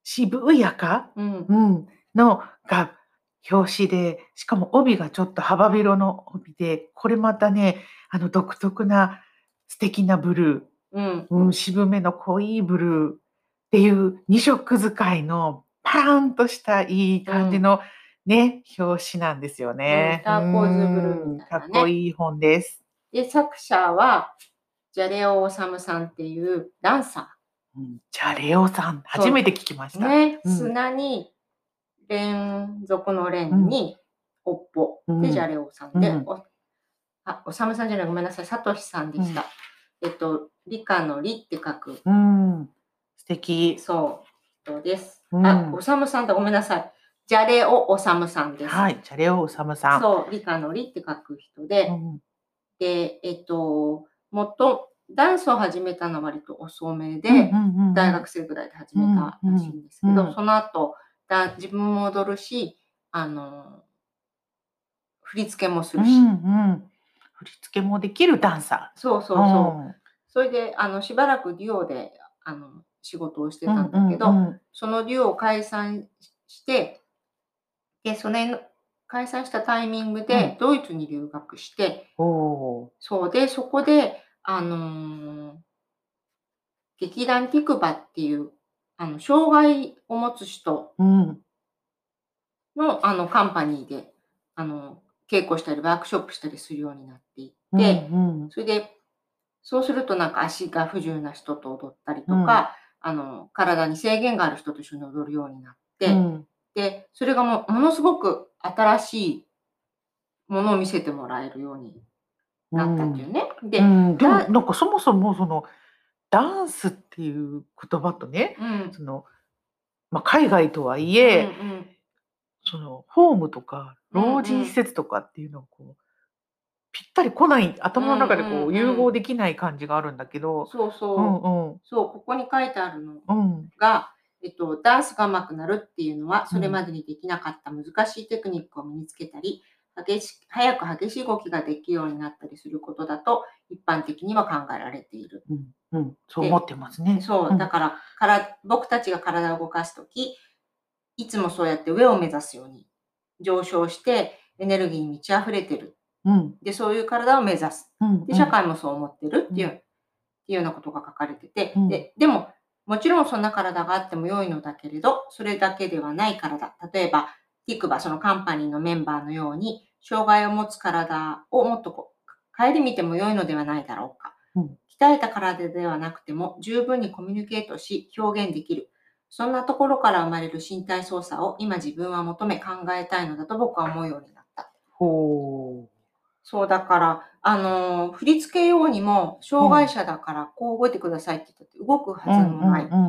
S3: 渋い赤、
S2: うん
S3: うん、のが表紙でしかも帯がちょっと幅広の帯でこれまたねあの独特な素敵なブル
S2: うん
S3: ー、うん、渋めの濃いブルーっていう2色使いのパーンとしたいい感じの、ね表紙なんですよね。
S2: うんターコイズブルーみたいなね
S3: うんかっこいい本です。
S2: で作者はジャレオ・オサムさんっていうダンサ
S3: うんじゃあレオさん初めて聞きまし
S2: ー
S3: た。
S2: ね、
S3: うん
S2: 砂に連続の連におっぽ、
S3: うん
S2: でジャレオさんで、
S3: うん
S2: おあおさむさんじゃないごめんなさいサトシさんでした、えっと理科の理って書く
S3: うん、素敵。
S2: そう人です、
S3: うん
S2: あおさむさんだごめんなさいジャレオ・オサムさんです、
S3: はい、じゃあレオおさむさん。
S2: そう理科の理って書く人で、
S3: うん
S2: でえっともっとダンスを始めたのは割と遅めで、
S3: うんうんうん
S2: 大学生ぐらいで始めたらしいんですけど、
S3: うんうん
S2: その後だ自分も踊るしあの振り付けもす
S3: う
S2: るし、
S3: んうん、振り付けもできるダンサ
S2: そうそう
S3: ー。
S2: そう、それであのしばらくデュオであの仕事をして
S3: うん
S2: たんだけど、
S3: うんうん
S2: そのデュオを解散してでそれの解散したタイミングでドイツに留学して、
S3: おー
S2: そうで、そこで、あのー劇団ティクバっていう、あの、障害を持つ人
S3: うん
S2: の、あの、カンパニーで、あの、稽古したり、ワークショップしたりするようになってい
S3: うん
S2: って、
S3: うん
S2: それで、そうするとなんか足が不自由な人と踊ったりとか、あの、体に制限がある人と一緒に踊るようになって、
S3: うん
S2: で、それがもう、ものすごく新しいものを見せてもらえるようになったっていうね。で、
S3: うん、でも
S2: だ
S3: なんかそもそもそのダンスっていう言葉とね
S2: うん
S3: その、まあ、海外とはいえ、
S2: うんうん
S3: そのホームとか
S2: うんうん
S3: 老人施設とかっていうのをこう、ぴったり来ない頭の中で
S2: うんうん
S3: こ
S2: う
S3: うん融合できない感じがあるんだけど、
S2: そうそう、
S3: うんうん
S2: そうここに書いてあるの
S3: うん
S2: が、えっと、ダンスが上手くなるっていうのはそれまでにできなかった難しいテクニックを身につけたり激し早く激しい動きができるようになったりすることだと一般的には考えられている。
S3: うんうんそう思ってますね。
S2: そう、だからから僕たちが体を動かすとき、いつもそうやって上を目指すように上昇してエネルギーに満ち溢れてる。
S3: うん
S2: で、そういう体を目指す。
S3: うん
S2: で、社会もそう思ってるっていう、
S3: うん
S2: っていうようなことが書かれてて、
S3: うん
S2: ででも、もちろんそんな体があっても良いのだけれど、それだけではない体。例えば、ティクバ、そのカンパニーのメンバーのように、障害を持つ体をもっとこう、帰り見ても良いのではないだろうか。
S3: うん
S2: 鍛えた体ではなくても、十分にコミュニケートし、表現できる。そんなところから生まれる身体操作を今自分は求め考えたいのだと僕は思うようになった。
S3: ほ
S2: そう、だから、あのー振り付けようにも、障害者だから、こう動いてくださいって言ったって、動くは
S3: う。うん
S2: ずもない。
S3: うんうんうんう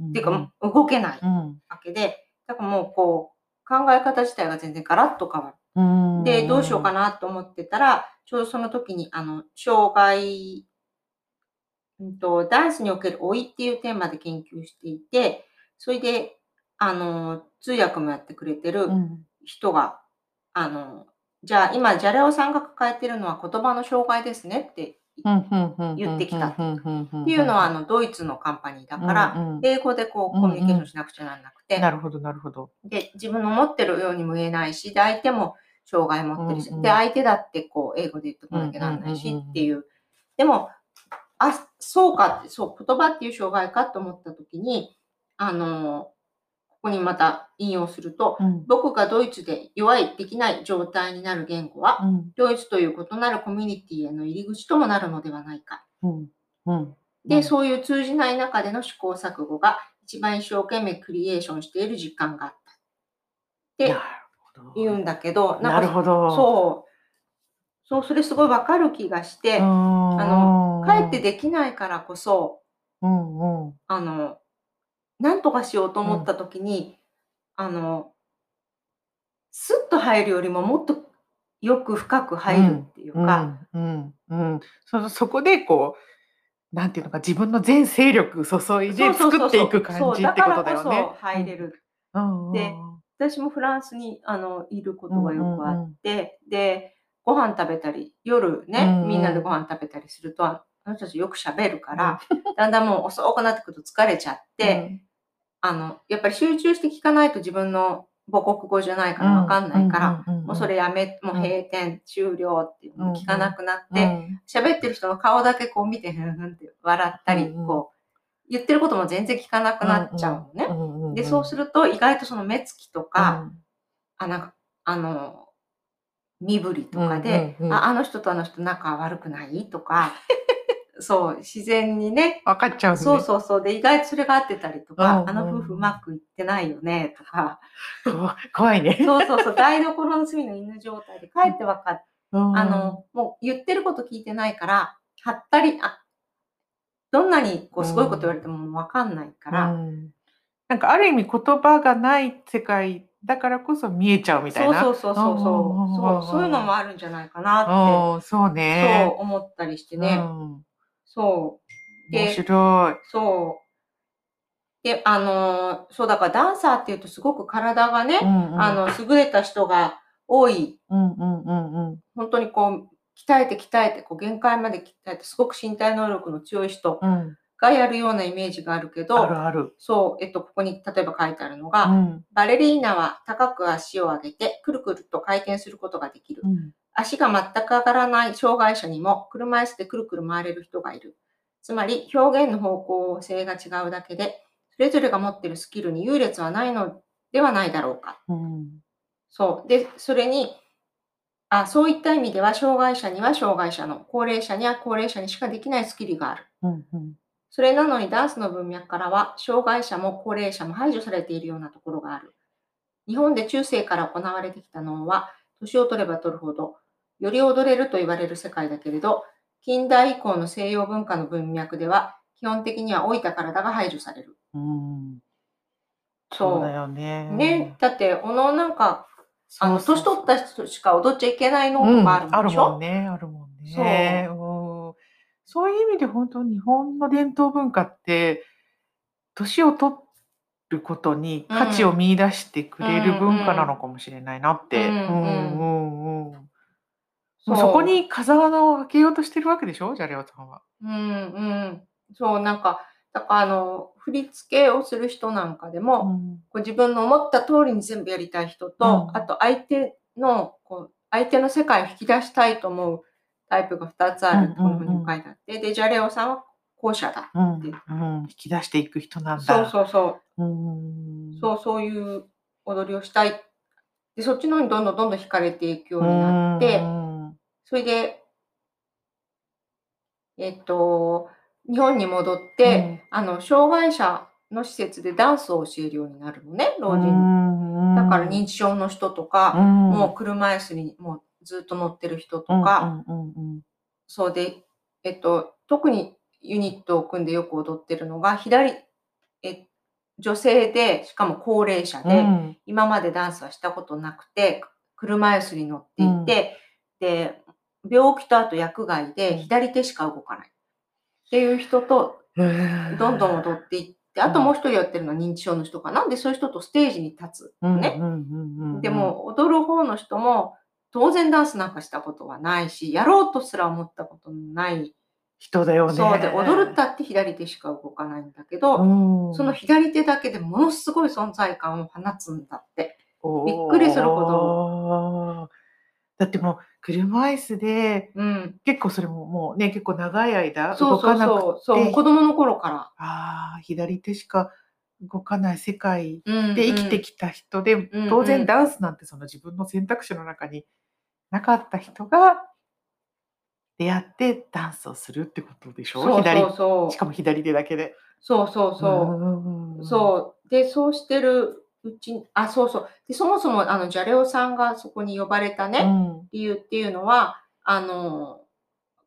S3: んうん。
S2: っていうか、もう動けない
S3: うん
S2: わけで、だからもう、こう、考え方自体が全然ガラッと変わる。
S3: うん。
S2: で、どうしようかなと思ってたら、ちょうどその時に、あの、障害、うんと、ダンスにおける老いっていうテーマで研究していて、それで、あのー通訳もやってくれてる、
S3: うん。
S2: 人が、あの、じゃあ今、ジャレオさんが抱えてるのは言葉の障害ですねって
S3: うんうんうんうん
S2: 言ってきた
S3: うんうんうんん
S2: いうのは、あの、ドイツのカンパニーだから、
S3: うんうん
S2: 英語でこう、コミュニケーションしなくちゃならなくて、
S3: なるほどなるほど。
S2: で、自分の持ってるようにも言えないし、で、相手も障害持ってるし、
S3: うんうん
S2: で、相手だってこう、英語で言ってこなきゃならないしっていう。でも、あ、そうかって、そう、言葉っていう障害かと思った時に、あの、ここにまた引用すると、
S3: うん
S2: 僕がドイツで弱い、できない状態になる言語は、
S3: うん
S2: ドイツという異なるコミュニティへの入り口ともなるのではないか。
S3: うんうん。
S2: で、
S3: うん
S2: そういう通じない中での試行錯誤が一番一生懸命クリエーションしている実感があった。って
S3: なるほど
S2: 言うんだけど、
S3: なるほど。
S2: そう、そう、それすごいわかる気がして、か
S3: の
S2: えってできないからこそ、
S3: うんうん
S2: あの、なんとかしようと思った時に、あの、スッと入るよりももっとよく深く入るっていうか、
S3: うんうんうん、そのそこでこうなんていうのか自分の全精力注いで
S2: そ
S3: 作
S2: うそうそうそう
S3: っていく感じってことだよ
S2: そうだから
S3: ね
S2: こ。そ入れる。
S3: うんうん
S2: で私もフランスにあのいることがよくあって、で、ご飯食べたり、夜ね、
S3: うんうん
S2: みんなでご飯食べたりすると、あの人たちよく喋るから、だんだんもう遅くなってくると疲れちゃって、あの、やっぱり集中して聞かないと自分の母国語じゃないからわかんないから、、
S3: うんうんうんうん
S2: もうそれやめ、もう閉店、終了っていうのを聞かなくなって、
S3: うん
S2: 喋ってる人の顔だけこう見て、ふんふんって笑ったり、
S3: うんうん
S2: こう、言ってることも全然聞かなくなっちゃうのね。
S3: んんん
S2: で、そうすると意外とその目つきとか、あなんかあの、身振りとかで、
S3: うんうんうん
S2: あ、あの人とあの人仲悪くない
S3: *laughs*
S2: とか、そう、自然にね、
S3: 分かっちゃうのね
S2: そうそうそう、で、意外とそれが合ってたりと
S3: うん
S2: か
S3: う、ん
S2: あの夫婦うまくいってないよね、とか、
S3: こ怖いね。
S2: そうそうそう、台所の隅の犬状態で帰って分かっあ
S3: あ
S2: の、もう言ってること聞いてないから、はったり、あ、どんなにこうすごいこと言われてもわかんないから、
S3: うんなんかある意味言葉がない世界だからこそ見えちゃうみたい
S2: そう
S3: な。
S2: そうそうそう
S3: うん
S2: そうそう、そういうのもあるんじゃないかなっ
S3: うんそう
S2: て、
S3: ね。
S2: そう思ったりして
S3: う
S2: ね、
S3: ん
S2: そう、で
S3: 面白い。
S2: そう。で、あのーそうだからダンサーっていうとすごく体がね、あ
S3: あ、
S2: の、優れた人が多い、
S3: うんうんうんうん
S2: 本当にこう、鍛えて鍛えて、こう限界まで鍛えて、すごく身体能力の強い人
S3: うん、
S2: がやるようなイメージがあるけど、
S3: あるある。
S2: そう、えっと、ここに例えば書いてあるのが、
S3: うん
S2: バレリーナは高く足を上げて、くるくると回転することができる
S3: う。ん
S2: 足が全く上がらない障害者にも、車椅子でくるくる回れる人がいる。つまり、表現の方向性が違うだけで、それぞれが持っているスキルに優劣はないのではないだろうか。
S3: うん
S2: そう。で、それに、あそういった意味では、障害者には障害者の、高齢者には高齢者にしかできないスキルがある。
S3: うんうん
S2: それなのにダンスの文脈からは、障害者も高齢者も排除されているようなところがある。日本で中世から行われてきた能は、年を取れば取るほど、より踊れると言われる世界だけれど、近代以降の西洋文化の文脈では、基本的には老いた体が排除される。
S3: うん
S2: そう
S3: そうだよね。
S2: ね、だって、おのなんか、あの年取った人しか踊っちゃいけないのとかあるんでし
S3: うん、あるも
S2: ょ
S3: ん、ねあるもんねそうそういう意味で本当日本の伝統文化って年を取ることに価値を見出してくれる文化なのかもしれないなって、
S2: うんう
S3: う
S2: ん
S3: んうんうん
S2: そう
S3: そこに風穴を開けようとしてるわけでしょじゃれおさんは。
S2: うんうんそうなんかだからあの振り付けをする人なんかでも、
S3: うん
S2: こう自分の思った通りに全部やりたい人と、
S3: うん
S2: あと相手のこう相手の世界を引き出したいと思うタイプが2つあるこ
S3: うんう
S2: の
S3: んうん
S2: ふうに書いてあって、でジャレオさんは後者だ。
S3: うんうん、引き出していく人なん
S2: そう
S3: だ。
S2: そうそううんそうそういう踊りをしたいでそっちの方にどんどんどんどん惹かれていくようになって、
S3: うん
S2: それでえっと日本に戻って、あの障害者の施設でダンスを教えるようになるのね老人に。だから認知症の人とか、もう車椅子にもうずっと乗ってる人とか、
S3: うんうんうんうん
S2: そうで、えっと、特にユニットを組んでよく踊ってるのが左え女性でしかも高齢者で、
S3: うん
S2: 今までダンスはしたことなくて車椅子に乗っていて、で病気とあと薬害
S3: う
S2: で
S3: ん
S2: 左手しか動かないっていう人と
S3: へー
S2: どんどん踊っていってあともう一人やってるのは認知症の人かなんでそういう人とステージに立つ
S3: う
S2: の
S3: ん
S2: ね。
S3: うんうんうんうん
S2: でも踊る方の人も当然ダンスなんかしたことはないしやろうとすら思ったことのない
S3: 人だよね。
S2: そうで踊るったって左手しか動かないんだけど、
S3: うん
S2: その左手だけでものすごい存在感を放つんだって。
S3: び
S2: びっくりすること
S3: も。だってもう車椅子で
S2: うん、
S3: 結構それももうね結構長い間
S2: そ
S3: 動
S2: うそ
S3: か
S2: う
S3: なく
S2: そうそう子供の頃から。
S3: ああ左手しか動かない世界
S2: うん
S3: で生きてきた人で、
S2: うん
S3: 当然ダンスなんてその自分の選択肢の中になかった人が出会ってダンスをするってことでしょ
S2: そう
S3: 左
S2: そうそう
S3: しかも左手だけで。
S2: そうそうそう
S3: う
S2: そうでそうしてるうちにあそうそうでそもそもあのじゃれおさんがそこに呼ばれたね、
S3: うん
S2: 理由っていうのはあの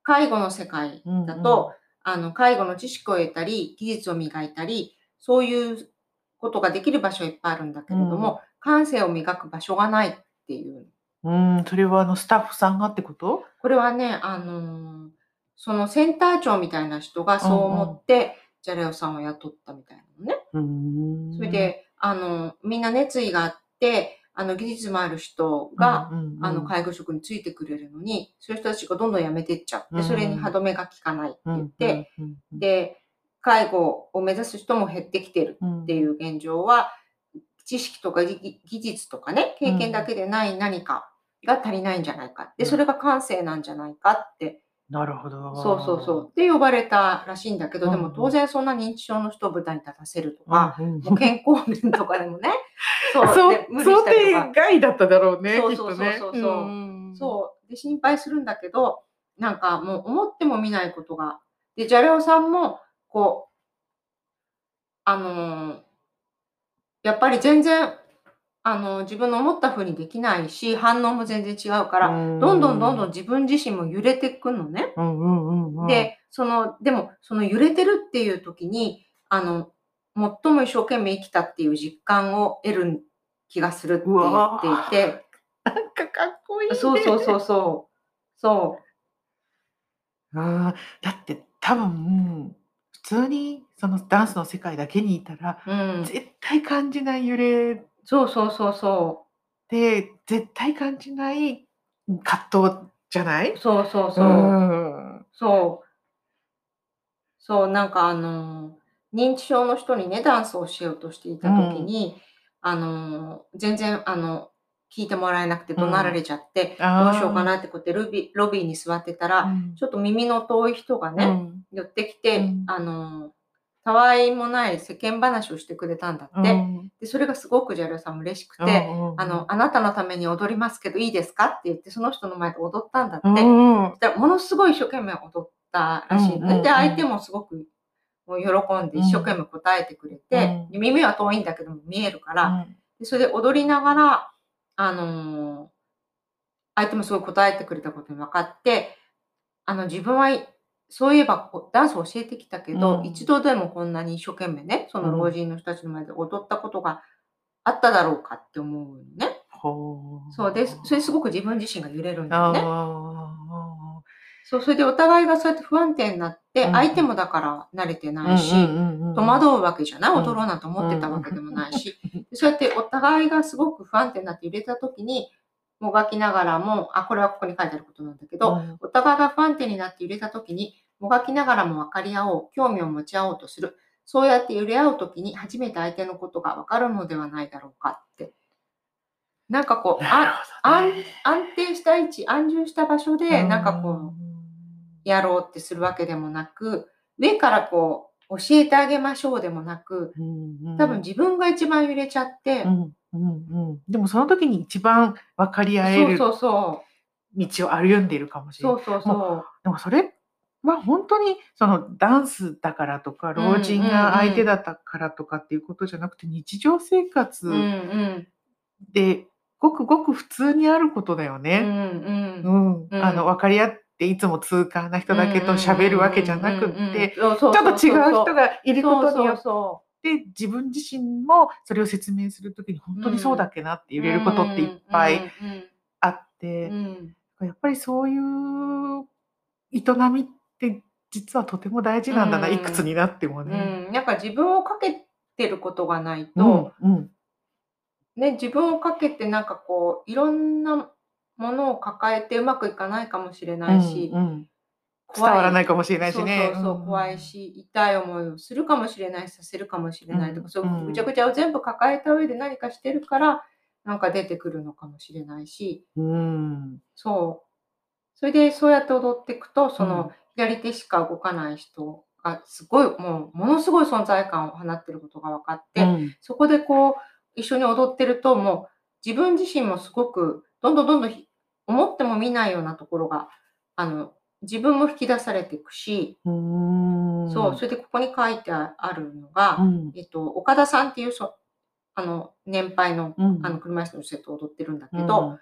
S2: 介護の世界だと、あの介護の知識を得たり技術を磨いたりそういうことができる場所はいっぱいあるんだけれども、感性を磨く場所がないっていう
S3: うん、それはあのスタッフさんがってこと
S2: これはねあのそのセンター長みたいな人がそう思って、ジャレオさんを雇ったみたいなのね。
S3: うん
S2: それで、あのみんな熱意があってあの技術もある人が、
S3: うんうんうん
S2: あの介護職についてくれるのに、そういう人たちがどんどん辞めていっちゃって、
S3: うん
S2: それに歯止めが効かないって言って、
S3: うんうんうん
S2: で、介護を目指す人も減ってきてる
S3: うん
S2: っていう現状は、知識とか技技術とかね、経験だけでない何かが足りないんじゃないか。で、
S3: うん
S2: それが感性なんじゃないかって、
S3: なるほど。
S2: そうそうそう。で、呼ばれたらしいんだけど、で
S3: う
S2: も
S3: ん
S2: 当然そんな認知症の人を舞台に立たせるとか、
S3: あ、うん
S2: もう健康面とかで
S3: *laughs*
S2: もね、そう、
S3: そう
S2: で無理
S3: 想
S2: したりとか
S3: 定。外だっただろうね、
S2: そう
S3: きっ
S2: そう
S3: とね。
S2: そうそうそうん
S3: ん
S2: そう。で、心配するんだけど、なんかもう思っても見ないことが。で、じゃれおさんも、こう、あのーやっぱり全然、あのー自分の思った風にできないし、反応も全然違うから、
S3: う
S2: どんどんどんどん自分自身も揺れていくのね。
S3: うんうんうんうん、
S2: で、その、でも、その揺れてるっていう時に、あの、最も一生懸命生きたっていう実感を得る気がするって言っていて、
S3: なんかかっこいい、ね。
S2: そうそうそうそう。そ
S3: うんだって多分、普通にそのダンスの世界だけにいたら、
S2: う。うん。
S3: 絶対感じない揺れ
S2: そうそうそうそ。
S3: で、絶対感じない葛藤じゃないう
S2: そうそうそうう。
S3: ん
S2: そう。そう、なんかあのー、認知症の人にね、ダンスをしようとしていた時に、あのー、全然、あの、聞いてもらえなくて
S3: うん
S2: 怒鳴られちゃって、
S3: あー
S2: どうしようかなってことでルビ、ロビーに座ってたら、
S3: うん
S2: ちょっと耳の遠い人がね、
S3: うん
S2: 寄ってきて、
S3: うん
S2: あのー、たわいもない世間話をしてくれたんだって、
S3: うん
S2: でそれがすごくジャルさん嬉しくて、
S3: うんうん
S2: あの、あなたのために踊りますけどいいですかって言って、その人の前で踊ったんだって。
S3: うんうん
S2: でものすごい一生懸命踊ったらし
S3: う
S2: いのね、
S3: んうんうん
S2: で、相手もすごくもう喜んで一生懸命答えてくれて、
S3: うん
S2: で耳は遠いんだけども見えるから、でそれで踊りながら、あのー相手もすごい答えてくれたことに分かって、あの、自分は、そういえばこうダンスを教えてきたけど、
S3: うん
S2: 一度でもこんなに一生懸命ね、その老人の人たちの前で踊ったことがあっただろうかって思うのね。
S3: はほう
S2: そうでそれすごく自分自身が揺れるんだ
S3: あ
S2: よ
S3: ー
S2: ね。そうそれでお互いがそうやって不安定になって、
S3: うん
S2: 相手もだから慣れて
S3: うんう
S2: ないし、
S3: んうんうん
S2: 戸惑うわけじゃない
S3: うん
S2: 踊ろうなんて思ってたわけでもないし、そうやってお互いがすごく不安定になって揺れた時にもがきながらもあこれはここに書いてあることなんだけど、
S3: うん
S2: お互いが不安定になって揺れた時にもがきながらも分かり合おう興味を持ち合おうとするそうやって揺れ合う時に初めて相手のことが分かるのではないだろうかってなんかこう
S3: なる
S2: あ
S3: ほど
S2: 安
S3: ね
S2: 安定した位置安住した場所でなんかこう、
S3: う
S2: やろうってするわけでもなく上からこう教えてあげましょうでもなく
S3: んうん
S2: 多分自分が一番揺れちゃって、
S3: うんうんうんでもその時に一番分かり合える
S2: そ
S3: 道
S2: うそ
S3: を歩んでいるかも
S2: う
S3: しれ
S2: そ
S3: ないう
S2: そうそう
S3: でもそれは本当にそのダンスだからとか
S2: んうんうん
S3: 老人が相手だったからとかっていうことじゃなくて日常生
S2: うんう
S3: 活
S2: ん
S3: でごくごく普通にあることだよ
S2: うん
S3: ね。
S2: うん
S3: うん
S2: うん
S3: あの分かり合っていつも通過な人だけと喋るわけじゃなくって
S2: ちょっ
S3: ちょっと違う人
S2: が
S3: がい
S2: い
S3: ることによっ
S2: そ
S3: て自分自身もそれを説明する時に本当にそうだっけなって
S2: う
S3: 言えることっていっぱいあって。
S2: うんうん
S3: やっぱりそういう営みって実はとても大事なんだな、
S2: うん
S3: いくつになっても
S2: うん
S3: ね。
S2: うんなんか自分をかけてることがないと、
S3: うん
S2: ね、自分をかけてなんかこういろんなものを抱えてうまくいかないかもしれないし、
S3: うんうん伝
S2: 怖い
S3: わらないかもしれないしね。
S2: そうそうそう、
S3: ん
S2: 怖い。し痛い思いをするかもしれないさせるかもしれないとか、
S3: うん
S2: そう
S3: うん
S2: ぐちゃぐちゃを全部抱えた上で何かしてるからなんか出てくるのかもしれないし
S3: うん。
S2: そうそれでそうやって踊っていくとその、
S3: うん
S2: 左手しか動かない人がすごいもうものすごい存在感を放ってることが分かって、
S3: うん
S2: そこでこう一緒に踊ってるともう自分自身もすごくどんどんどんどんひ思っても見ないようなところがあの自分も引き出されていくし、
S3: うん。
S2: そうそれでここに書いてあるのが、
S3: うん
S2: えっと、岡田さんっていうそあの年配の
S3: うん
S2: あの車椅子の人と踊ってるんだけ
S3: うん
S2: ど、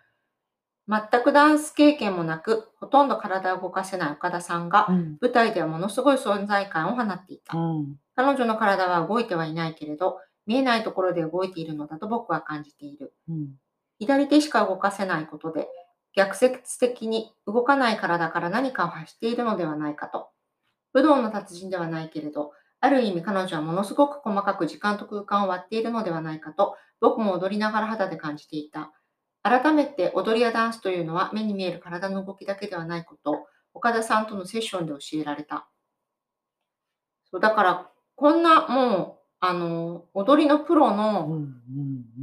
S2: 全くダンス経験もなくほとんど体を動かせない岡田さんが
S3: うん
S2: 舞台ではものすごい存在感を放っていた。
S3: うん
S2: 彼女の体は動いてはいないけれど、見えないところで動いているのだと僕は感じている。
S3: うん
S2: 左手しか動かせないことで、逆説的に動かない体から何かを発しているのではないかと。武道の達人ではないけれど、ある意味彼女はものすごく細かく時間と空間を割っているのではないかと、僕も踊りながら肌で感じていた。改めて踊りやダンスというのは目に見える体の動きだけではないことを、岡田さんとのセッションで教えられた。そうだから、こんなもう、あの、踊りのプロ
S3: う
S2: の
S3: ん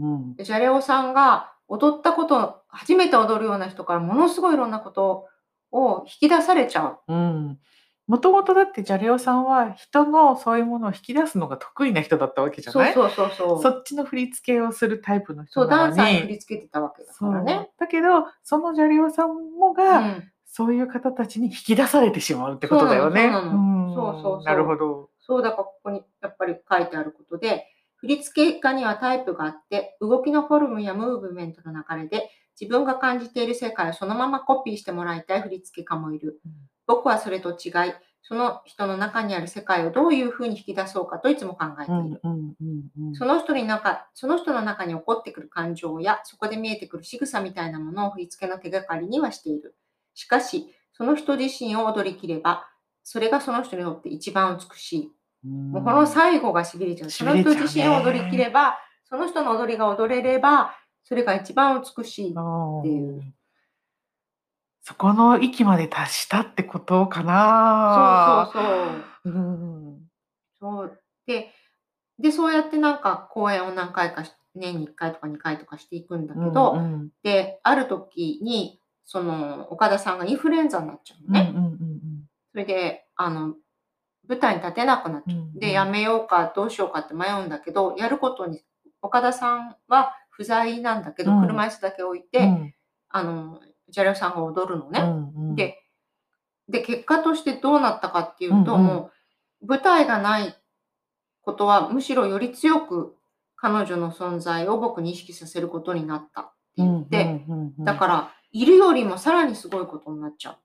S3: うん
S2: ジャレオさんが踊ったこと、初めて踊るような人からものすごいいろんなことを引き出されちゃ
S3: うん。もともとだってジャレオさんは人のそういうものを引き出すのが得意な人だったわけじ
S2: う。
S3: ゃ
S2: そう
S3: ない
S2: そうそうそう。
S3: そっちの振り付けをするタイプの
S2: そ
S3: 人
S2: う、ダ
S3: な
S2: ン
S3: の
S2: サーに
S3: に
S2: 振り付けてたわけだか
S3: そう
S2: らね。
S3: だけどそのジャリオさんも
S2: う
S3: が、
S2: ん、
S3: そういう方たちに引き出されてしまうってことだよね。
S2: そうなのそうなの
S3: ん
S2: そうそうそう
S3: なるほど。
S2: そうだからここにやっぱり書いてあることで、振り付け家にはタイプがあって、動きのフォルムやムーブメントの流れで、自分が感じている世界をそのままコピーしてもらいたい振り付け家もいる
S3: うん。
S2: 僕はそれと違い、その人の中にある世界をどういうふうに引き出そうかといつも考えて
S3: う
S2: いる。
S3: んうんうんうん。
S2: その人に中その人の中に起こってくる感情やそこで見えてくる仕草みたいなものを振り付けの手がかりにはしている。しかし、その人自身を踊りきれば、それがその人にとって一番美しい。
S3: うん
S2: もうこの最後がしびれちゃう。
S3: し
S2: そ
S3: び
S2: の
S3: れちゃうね
S2: 人自身を踊りきれば、その人の踊りが踊れれば、それが一番美しい。っていう
S3: そこの域まで達したってことかな。
S2: そうそうそう。
S3: そう。うん
S2: そうでで、そうやってなんか公演を何回かし、年に1回とか2回とかしていくんだけど、
S3: うん
S2: で、ある時に、その、岡田さんがインフルエンザになっちゃう
S3: う
S2: の
S3: んうん
S2: ね。
S3: うん
S2: それで、あの、舞台に立てなくなっちゃ
S3: う
S2: う。
S3: ん。
S2: で、やめようか、どうしようかって迷うんだけど、やることに、岡田さんは不在なんだけど、
S3: うん
S2: 車椅子だけ置いて、
S3: うん
S2: あの、ジャレオさんが踊るの
S3: う
S2: ね。
S3: んうん
S2: でで、結果としてどうなったかっていうと、
S3: うんうん
S2: もう、舞台がないことは、むしろより強く彼女の存在を僕に意識させることになったって言って、
S3: うんうんうん
S2: だから、いるよりもさらにすごいことになっちゃう。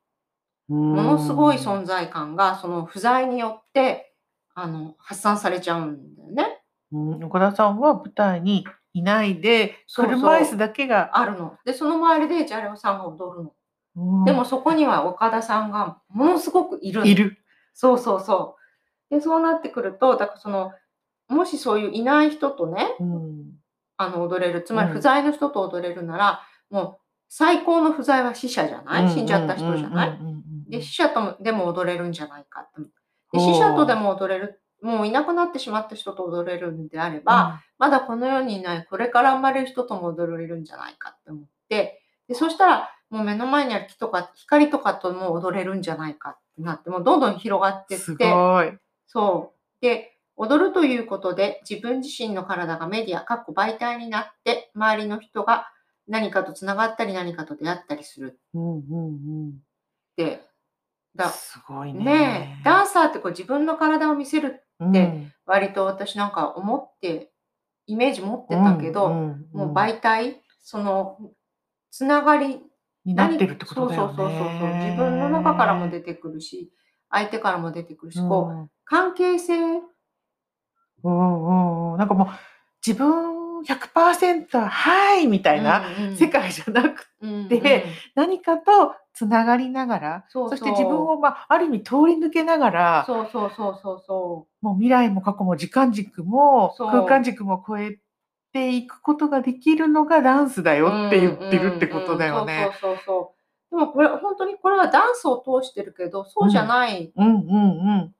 S2: ものすごい存在感が、その不在によって、あの、発散されちゃうんだよね。
S3: うん岡田さんは舞台にいないで
S2: そうそう
S3: 車椅子だけが
S2: あるのでその周りでジャレオさんが踊るの、
S3: うん
S2: でもそこには岡田さんがものすごくいるの
S3: いる。
S2: そうそうそうでそうなってくるとだからそのもしそういういない人とね
S3: うん
S2: あの踊れるつまり
S3: うん
S2: 不在の人と踊れるなら、もう最高の不在は死者じゃない、死んじゃった人じゃない、
S3: うんうんうんうん
S2: で死者ともでも踊れるんじゃないかってで死者とでも踊れるもういなくなってしまった人と踊れるんであれば、まだこの世にいないこれから生まれる人とも踊れるんじゃないかって思ってでそしたらもう目の前にある木とか光とかとも踊れるんじゃないかってなってもうどんどん広がって
S3: うん
S2: っ
S3: す
S2: て
S3: ごい。
S2: そうで踊るということで自分自身の体がメディアかっこ媒体になって周りの人が何かとつながったり何かと出会ったりする
S3: うんうんうん
S2: ってだ
S3: すごいね。
S2: ねえダンサーってこう自分の体を見せる
S3: うん
S2: て割と私なんか思ってイメージ持ってたけど、
S3: んん
S2: もう媒体そのつながり
S3: になってるってことだよね。
S2: そうそうそうそうそう自分の中からも出てくるし相手からも出てくるし、こう関係性
S3: うんうんうんなんかもう自分100%はいみたいな世界じゃなく、
S2: で
S3: で何かとつながりながら
S2: そ
S3: そう
S2: そう
S3: して自分を、まあ、ある意味通り抜けながら
S2: そうそうそうそうそ
S3: もう未来も過去も時間軸も
S2: そう
S3: 空間軸も超えていくことができるのがダンスだ
S2: う
S3: よって言ってるってことだよね。
S2: うんうんうんそうそうそうそうでもこれ本当にこれはダンスを通してるけどそうじゃない、
S3: うんうん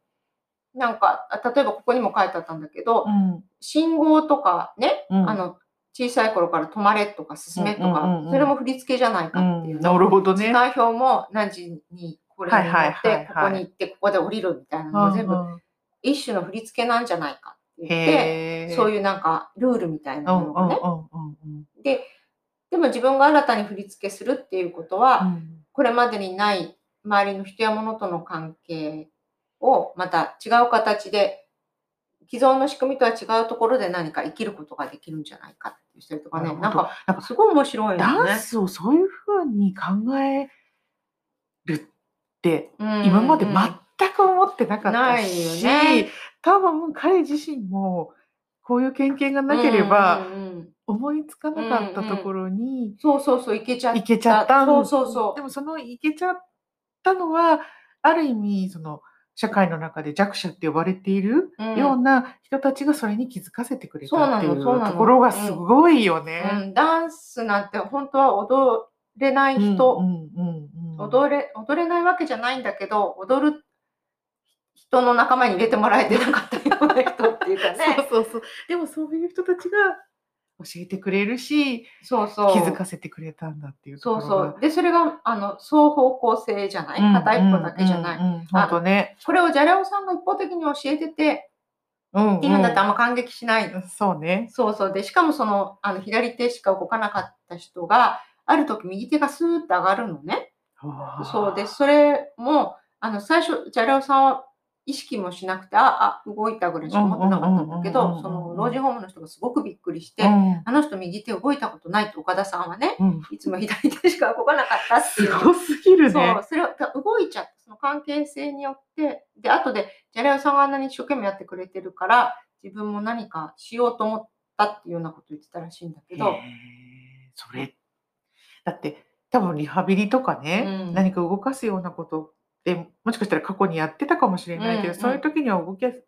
S2: なんかあ例えばここにも書いてあったんだけど、
S3: うん
S2: 信号とかね、
S3: うん
S2: あの小さい頃から止まれとか進めとか、
S3: うんうんうんうん
S2: それも振り付けじゃないかっていううんの
S3: なるほど
S2: 時
S3: ね。
S2: 間表も何時にこれに乗
S3: はい
S2: っ
S3: はいはい
S2: てこ
S3: はい
S2: こに行ってここで降りるみたいなのも全部一種の振り付けなんじゃないかって言って
S3: へ
S2: そう
S3: いう
S2: いうなんかルールみたいなものがね。
S3: ね。
S2: ででも自分が新たに振り付けするっていうことは、これまでにない周りの人や物との関係をまた違う形で既存の仕組みとは違うところで何か生きることができるんじゃないかって言ってるとかね
S3: なる
S2: なん
S3: ほど
S2: か
S3: なんか
S2: すごい面白いよね
S3: ダンスをそういうふうに考えるって
S2: うん
S3: 今まで全く思ってなかった
S2: ないよ
S3: し、
S2: ね
S3: 多分彼自身もこういう経験がなければ
S2: うんうんうん
S3: 思いつかなかったところに
S2: そうそうそういけちゃった
S3: 行けちゃったん
S2: そうそうそう
S3: でもその行けちゃったのはある意味その社会の中で弱者って呼ばれている
S2: うん
S3: ような人たちがそれに気づかせてくれ
S2: そう
S3: た
S2: な
S3: っ
S2: の
S3: ていう
S2: そうな
S3: と
S2: の
S3: ころがすごいよね。
S2: うんダンスなんて本当は踊れない人、
S3: うんうんうんうん
S2: 踊れ踊れないわけじゃないんだけど踊る人の仲間に入れてもらえてなかったような人っていうかね
S3: そうそうそう。でもそういう人たちが教えてくれるし、
S2: そうそう
S3: 気づかせてくれたんだっていうとこ
S2: そう
S3: ろが。
S2: そうでそれがあの双方向性じゃない
S3: うん
S2: 片一方だけじゃない、
S3: うんうんうん本当ね。
S2: これをじゃれおさんが一方的に教えてて
S3: うんうん
S2: 犬だってあんま感激しない、
S3: そうね。
S2: そうそうでしかもそのあの左手しか動かなかった人がある時右手がスーッと上がるのねそうで。それもあの最初じゃれおさんは意識もしなくてああ動いたぐらいしか思ってなかったんだけ
S3: うんうんうん
S2: ど
S3: うん
S2: その老人ホームの人がすごくびっくりして、
S3: うん
S2: あの人右手動いたことないって岡田さんはね
S3: うん、
S2: いつも左手しか動かなかったってい
S3: す
S2: う
S3: ごすぎる
S2: そ
S3: ね
S2: う。それはだ動いちゃったその関係性によってで後でじゃれおさんがあんなに一生懸命やってくれてるから自分も何かしようと思ったっていうようなこと言ってたらしいんだけ
S3: へ
S2: ど
S3: ーそれ。だって、多分リハビリとかね、
S2: うん
S3: 何か動かすようなことって、もしかしたら過去にやってたかもしれないけど、
S2: うんうん
S3: そういう時には動け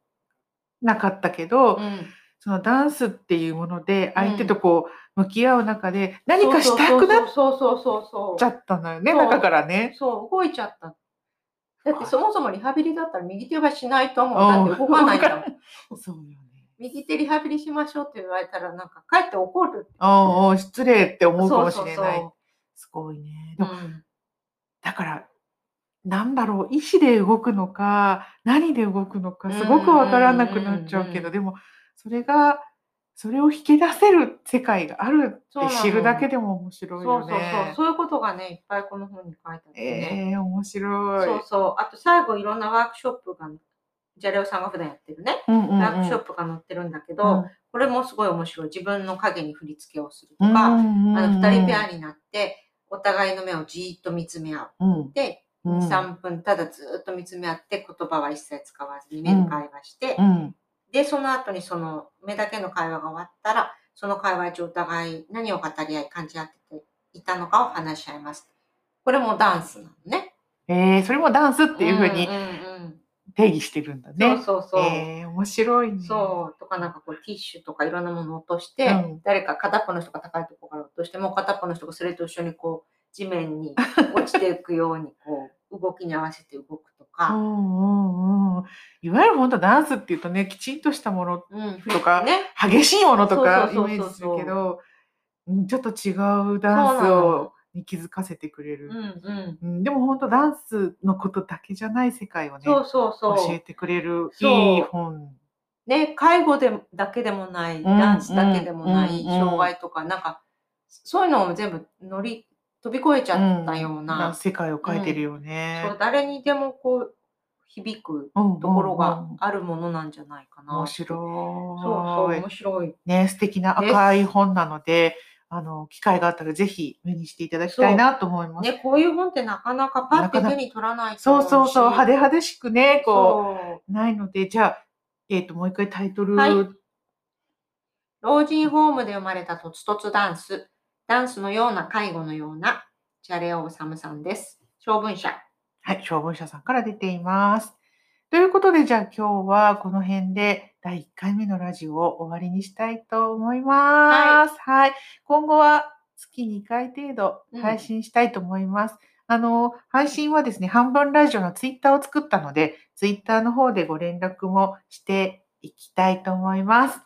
S3: なかったけど、
S2: うん
S3: そのダンスっていうもので相手とこう向き合う中で何かしたくなっ
S2: そうそうそうそう
S3: ちゃったのよね
S2: そう
S3: 中からね。
S2: そう動いちゃっただっ
S3: は
S2: て
S3: い
S2: そもそもリハビリだったら右手はしないと思う
S3: うん
S2: だって動かないんだもん
S3: そうよね。
S2: 右手リハビリしましょうって言われたらなんか帰って怒るって
S3: おうおう失礼って思うかもしれない。
S2: そうそう
S3: すごいね。で
S2: そう
S3: もだからなんだろう意思で動くのか何で動くのかすごくわからなくなっちゃうけど、
S2: うん
S3: でもそれがそれを引き出せる世界があるって知るだけでも面
S2: う
S3: 白
S2: ん
S3: い
S2: そう
S3: よ
S2: そうそう
S3: ね。
S2: そういうことがねいっぱいこの本に書いてあってね、
S3: えー、面白い。
S2: そうそう。あと最後いろんなワークショップが、ジャレオさんが普段やってるね、
S3: うんうんうん
S2: ワークショップが載ってるんだけど、
S3: うん
S2: これもすごい面白い。自分の影に振り付けをすると
S3: うん
S2: か、あの
S3: の
S2: 2人ペアになって、お互いの目をじーっと見つめ合
S3: うん
S2: って、
S3: うん
S2: 2、3分ただずーっと見つめ合って、言葉は一切使わずに目で会話して、
S3: うん
S2: で、その後にその目だけの会話が終わったら、その界隈中お互い何を語り合い感じ合っていたのかを話し合います。これもダンスなのね。
S3: えー、それもダンスっていうふうに
S2: んうん
S3: 定義してるんだ
S2: うん
S3: ね。
S2: そうそうそう。
S3: えー面白いね。
S2: そうとかなんかこうティッシュとかいろんなものを落として、
S3: うん
S2: 誰か片っぽの人が高いところから落としてもう片っぽの人がそれと一緒にこう地面に落ちていくようにこう動きに合わせて動くと
S3: う
S2: か、
S3: んうんうん。いわゆる本当ダンスっていうとね、きちんとしたもの、
S2: うん、
S3: とか
S2: ね
S3: 激しいものとかイ
S2: そうそうそうそう
S3: メージするけど、うんちょっと違う
S2: そう
S3: ダン
S2: な
S3: スを
S2: の
S3: に気づかせてくれ
S2: う
S3: る
S2: ん。うん
S3: うん、でも本当ダンスのことだけじゃない世界をね、
S2: そうそうそ
S3: 教え
S2: う
S3: てくれる
S2: そう
S3: いい本。
S2: ね介護でだけでもない、
S3: ん
S2: ダンスだけでもない、
S3: うんうん
S2: 障害とかなんかそういうのを全部乗り飛び越えちゃったような、
S3: 世界を変えてるよね。
S2: そう誰にでもこう響く
S3: うんうんうん
S2: ところがあるものなんじゃないかな。
S3: 面白い。
S2: そうそう、面白い。
S3: ね、素敵な赤い本なので、あの、機会があったらぜひ目にしていただきたいなと思います。
S2: ね、こういう本ってなかなかパッて手に取らないと
S3: そ
S2: 思
S3: うそうそう、派手派手しくね、こ
S2: そ
S3: う、
S2: う
S3: ないので、じゃあ、えっ、と、もう一回タイトル、
S2: はい老人ホームで生まれたとつとつダンス。ダンスのような介護のような、ジャレオ・オサムさんです。小文社。
S3: はい、消防車さんから出ています。ということで、じゃあ今日はこの辺で第1回目のラジオを終わりにしたいと思います。はい。今後は月2回程度
S2: うん
S3: 配信したいと思います。あの、配信はですね、半分ラジオのツイッターを作ったので、ツイッターの方でご連絡もしていきたいと思います。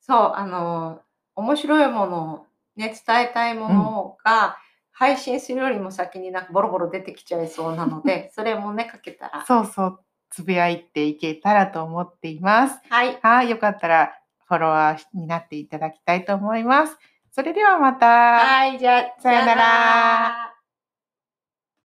S2: そう、あの、面白いものを、ね、伝えたいものが、配信するよりも先になんかボロボロ出てきちゃいそうな
S3: *laughs*
S2: ので、それもね、かけたら。
S3: そうそう、つぶやいていけたらと思っています。
S2: はい。
S3: はい、よかったらフォロワーになっていただきたいと思います。それではまた。
S2: はい、じゃあ、
S3: さよなら
S2: さよなら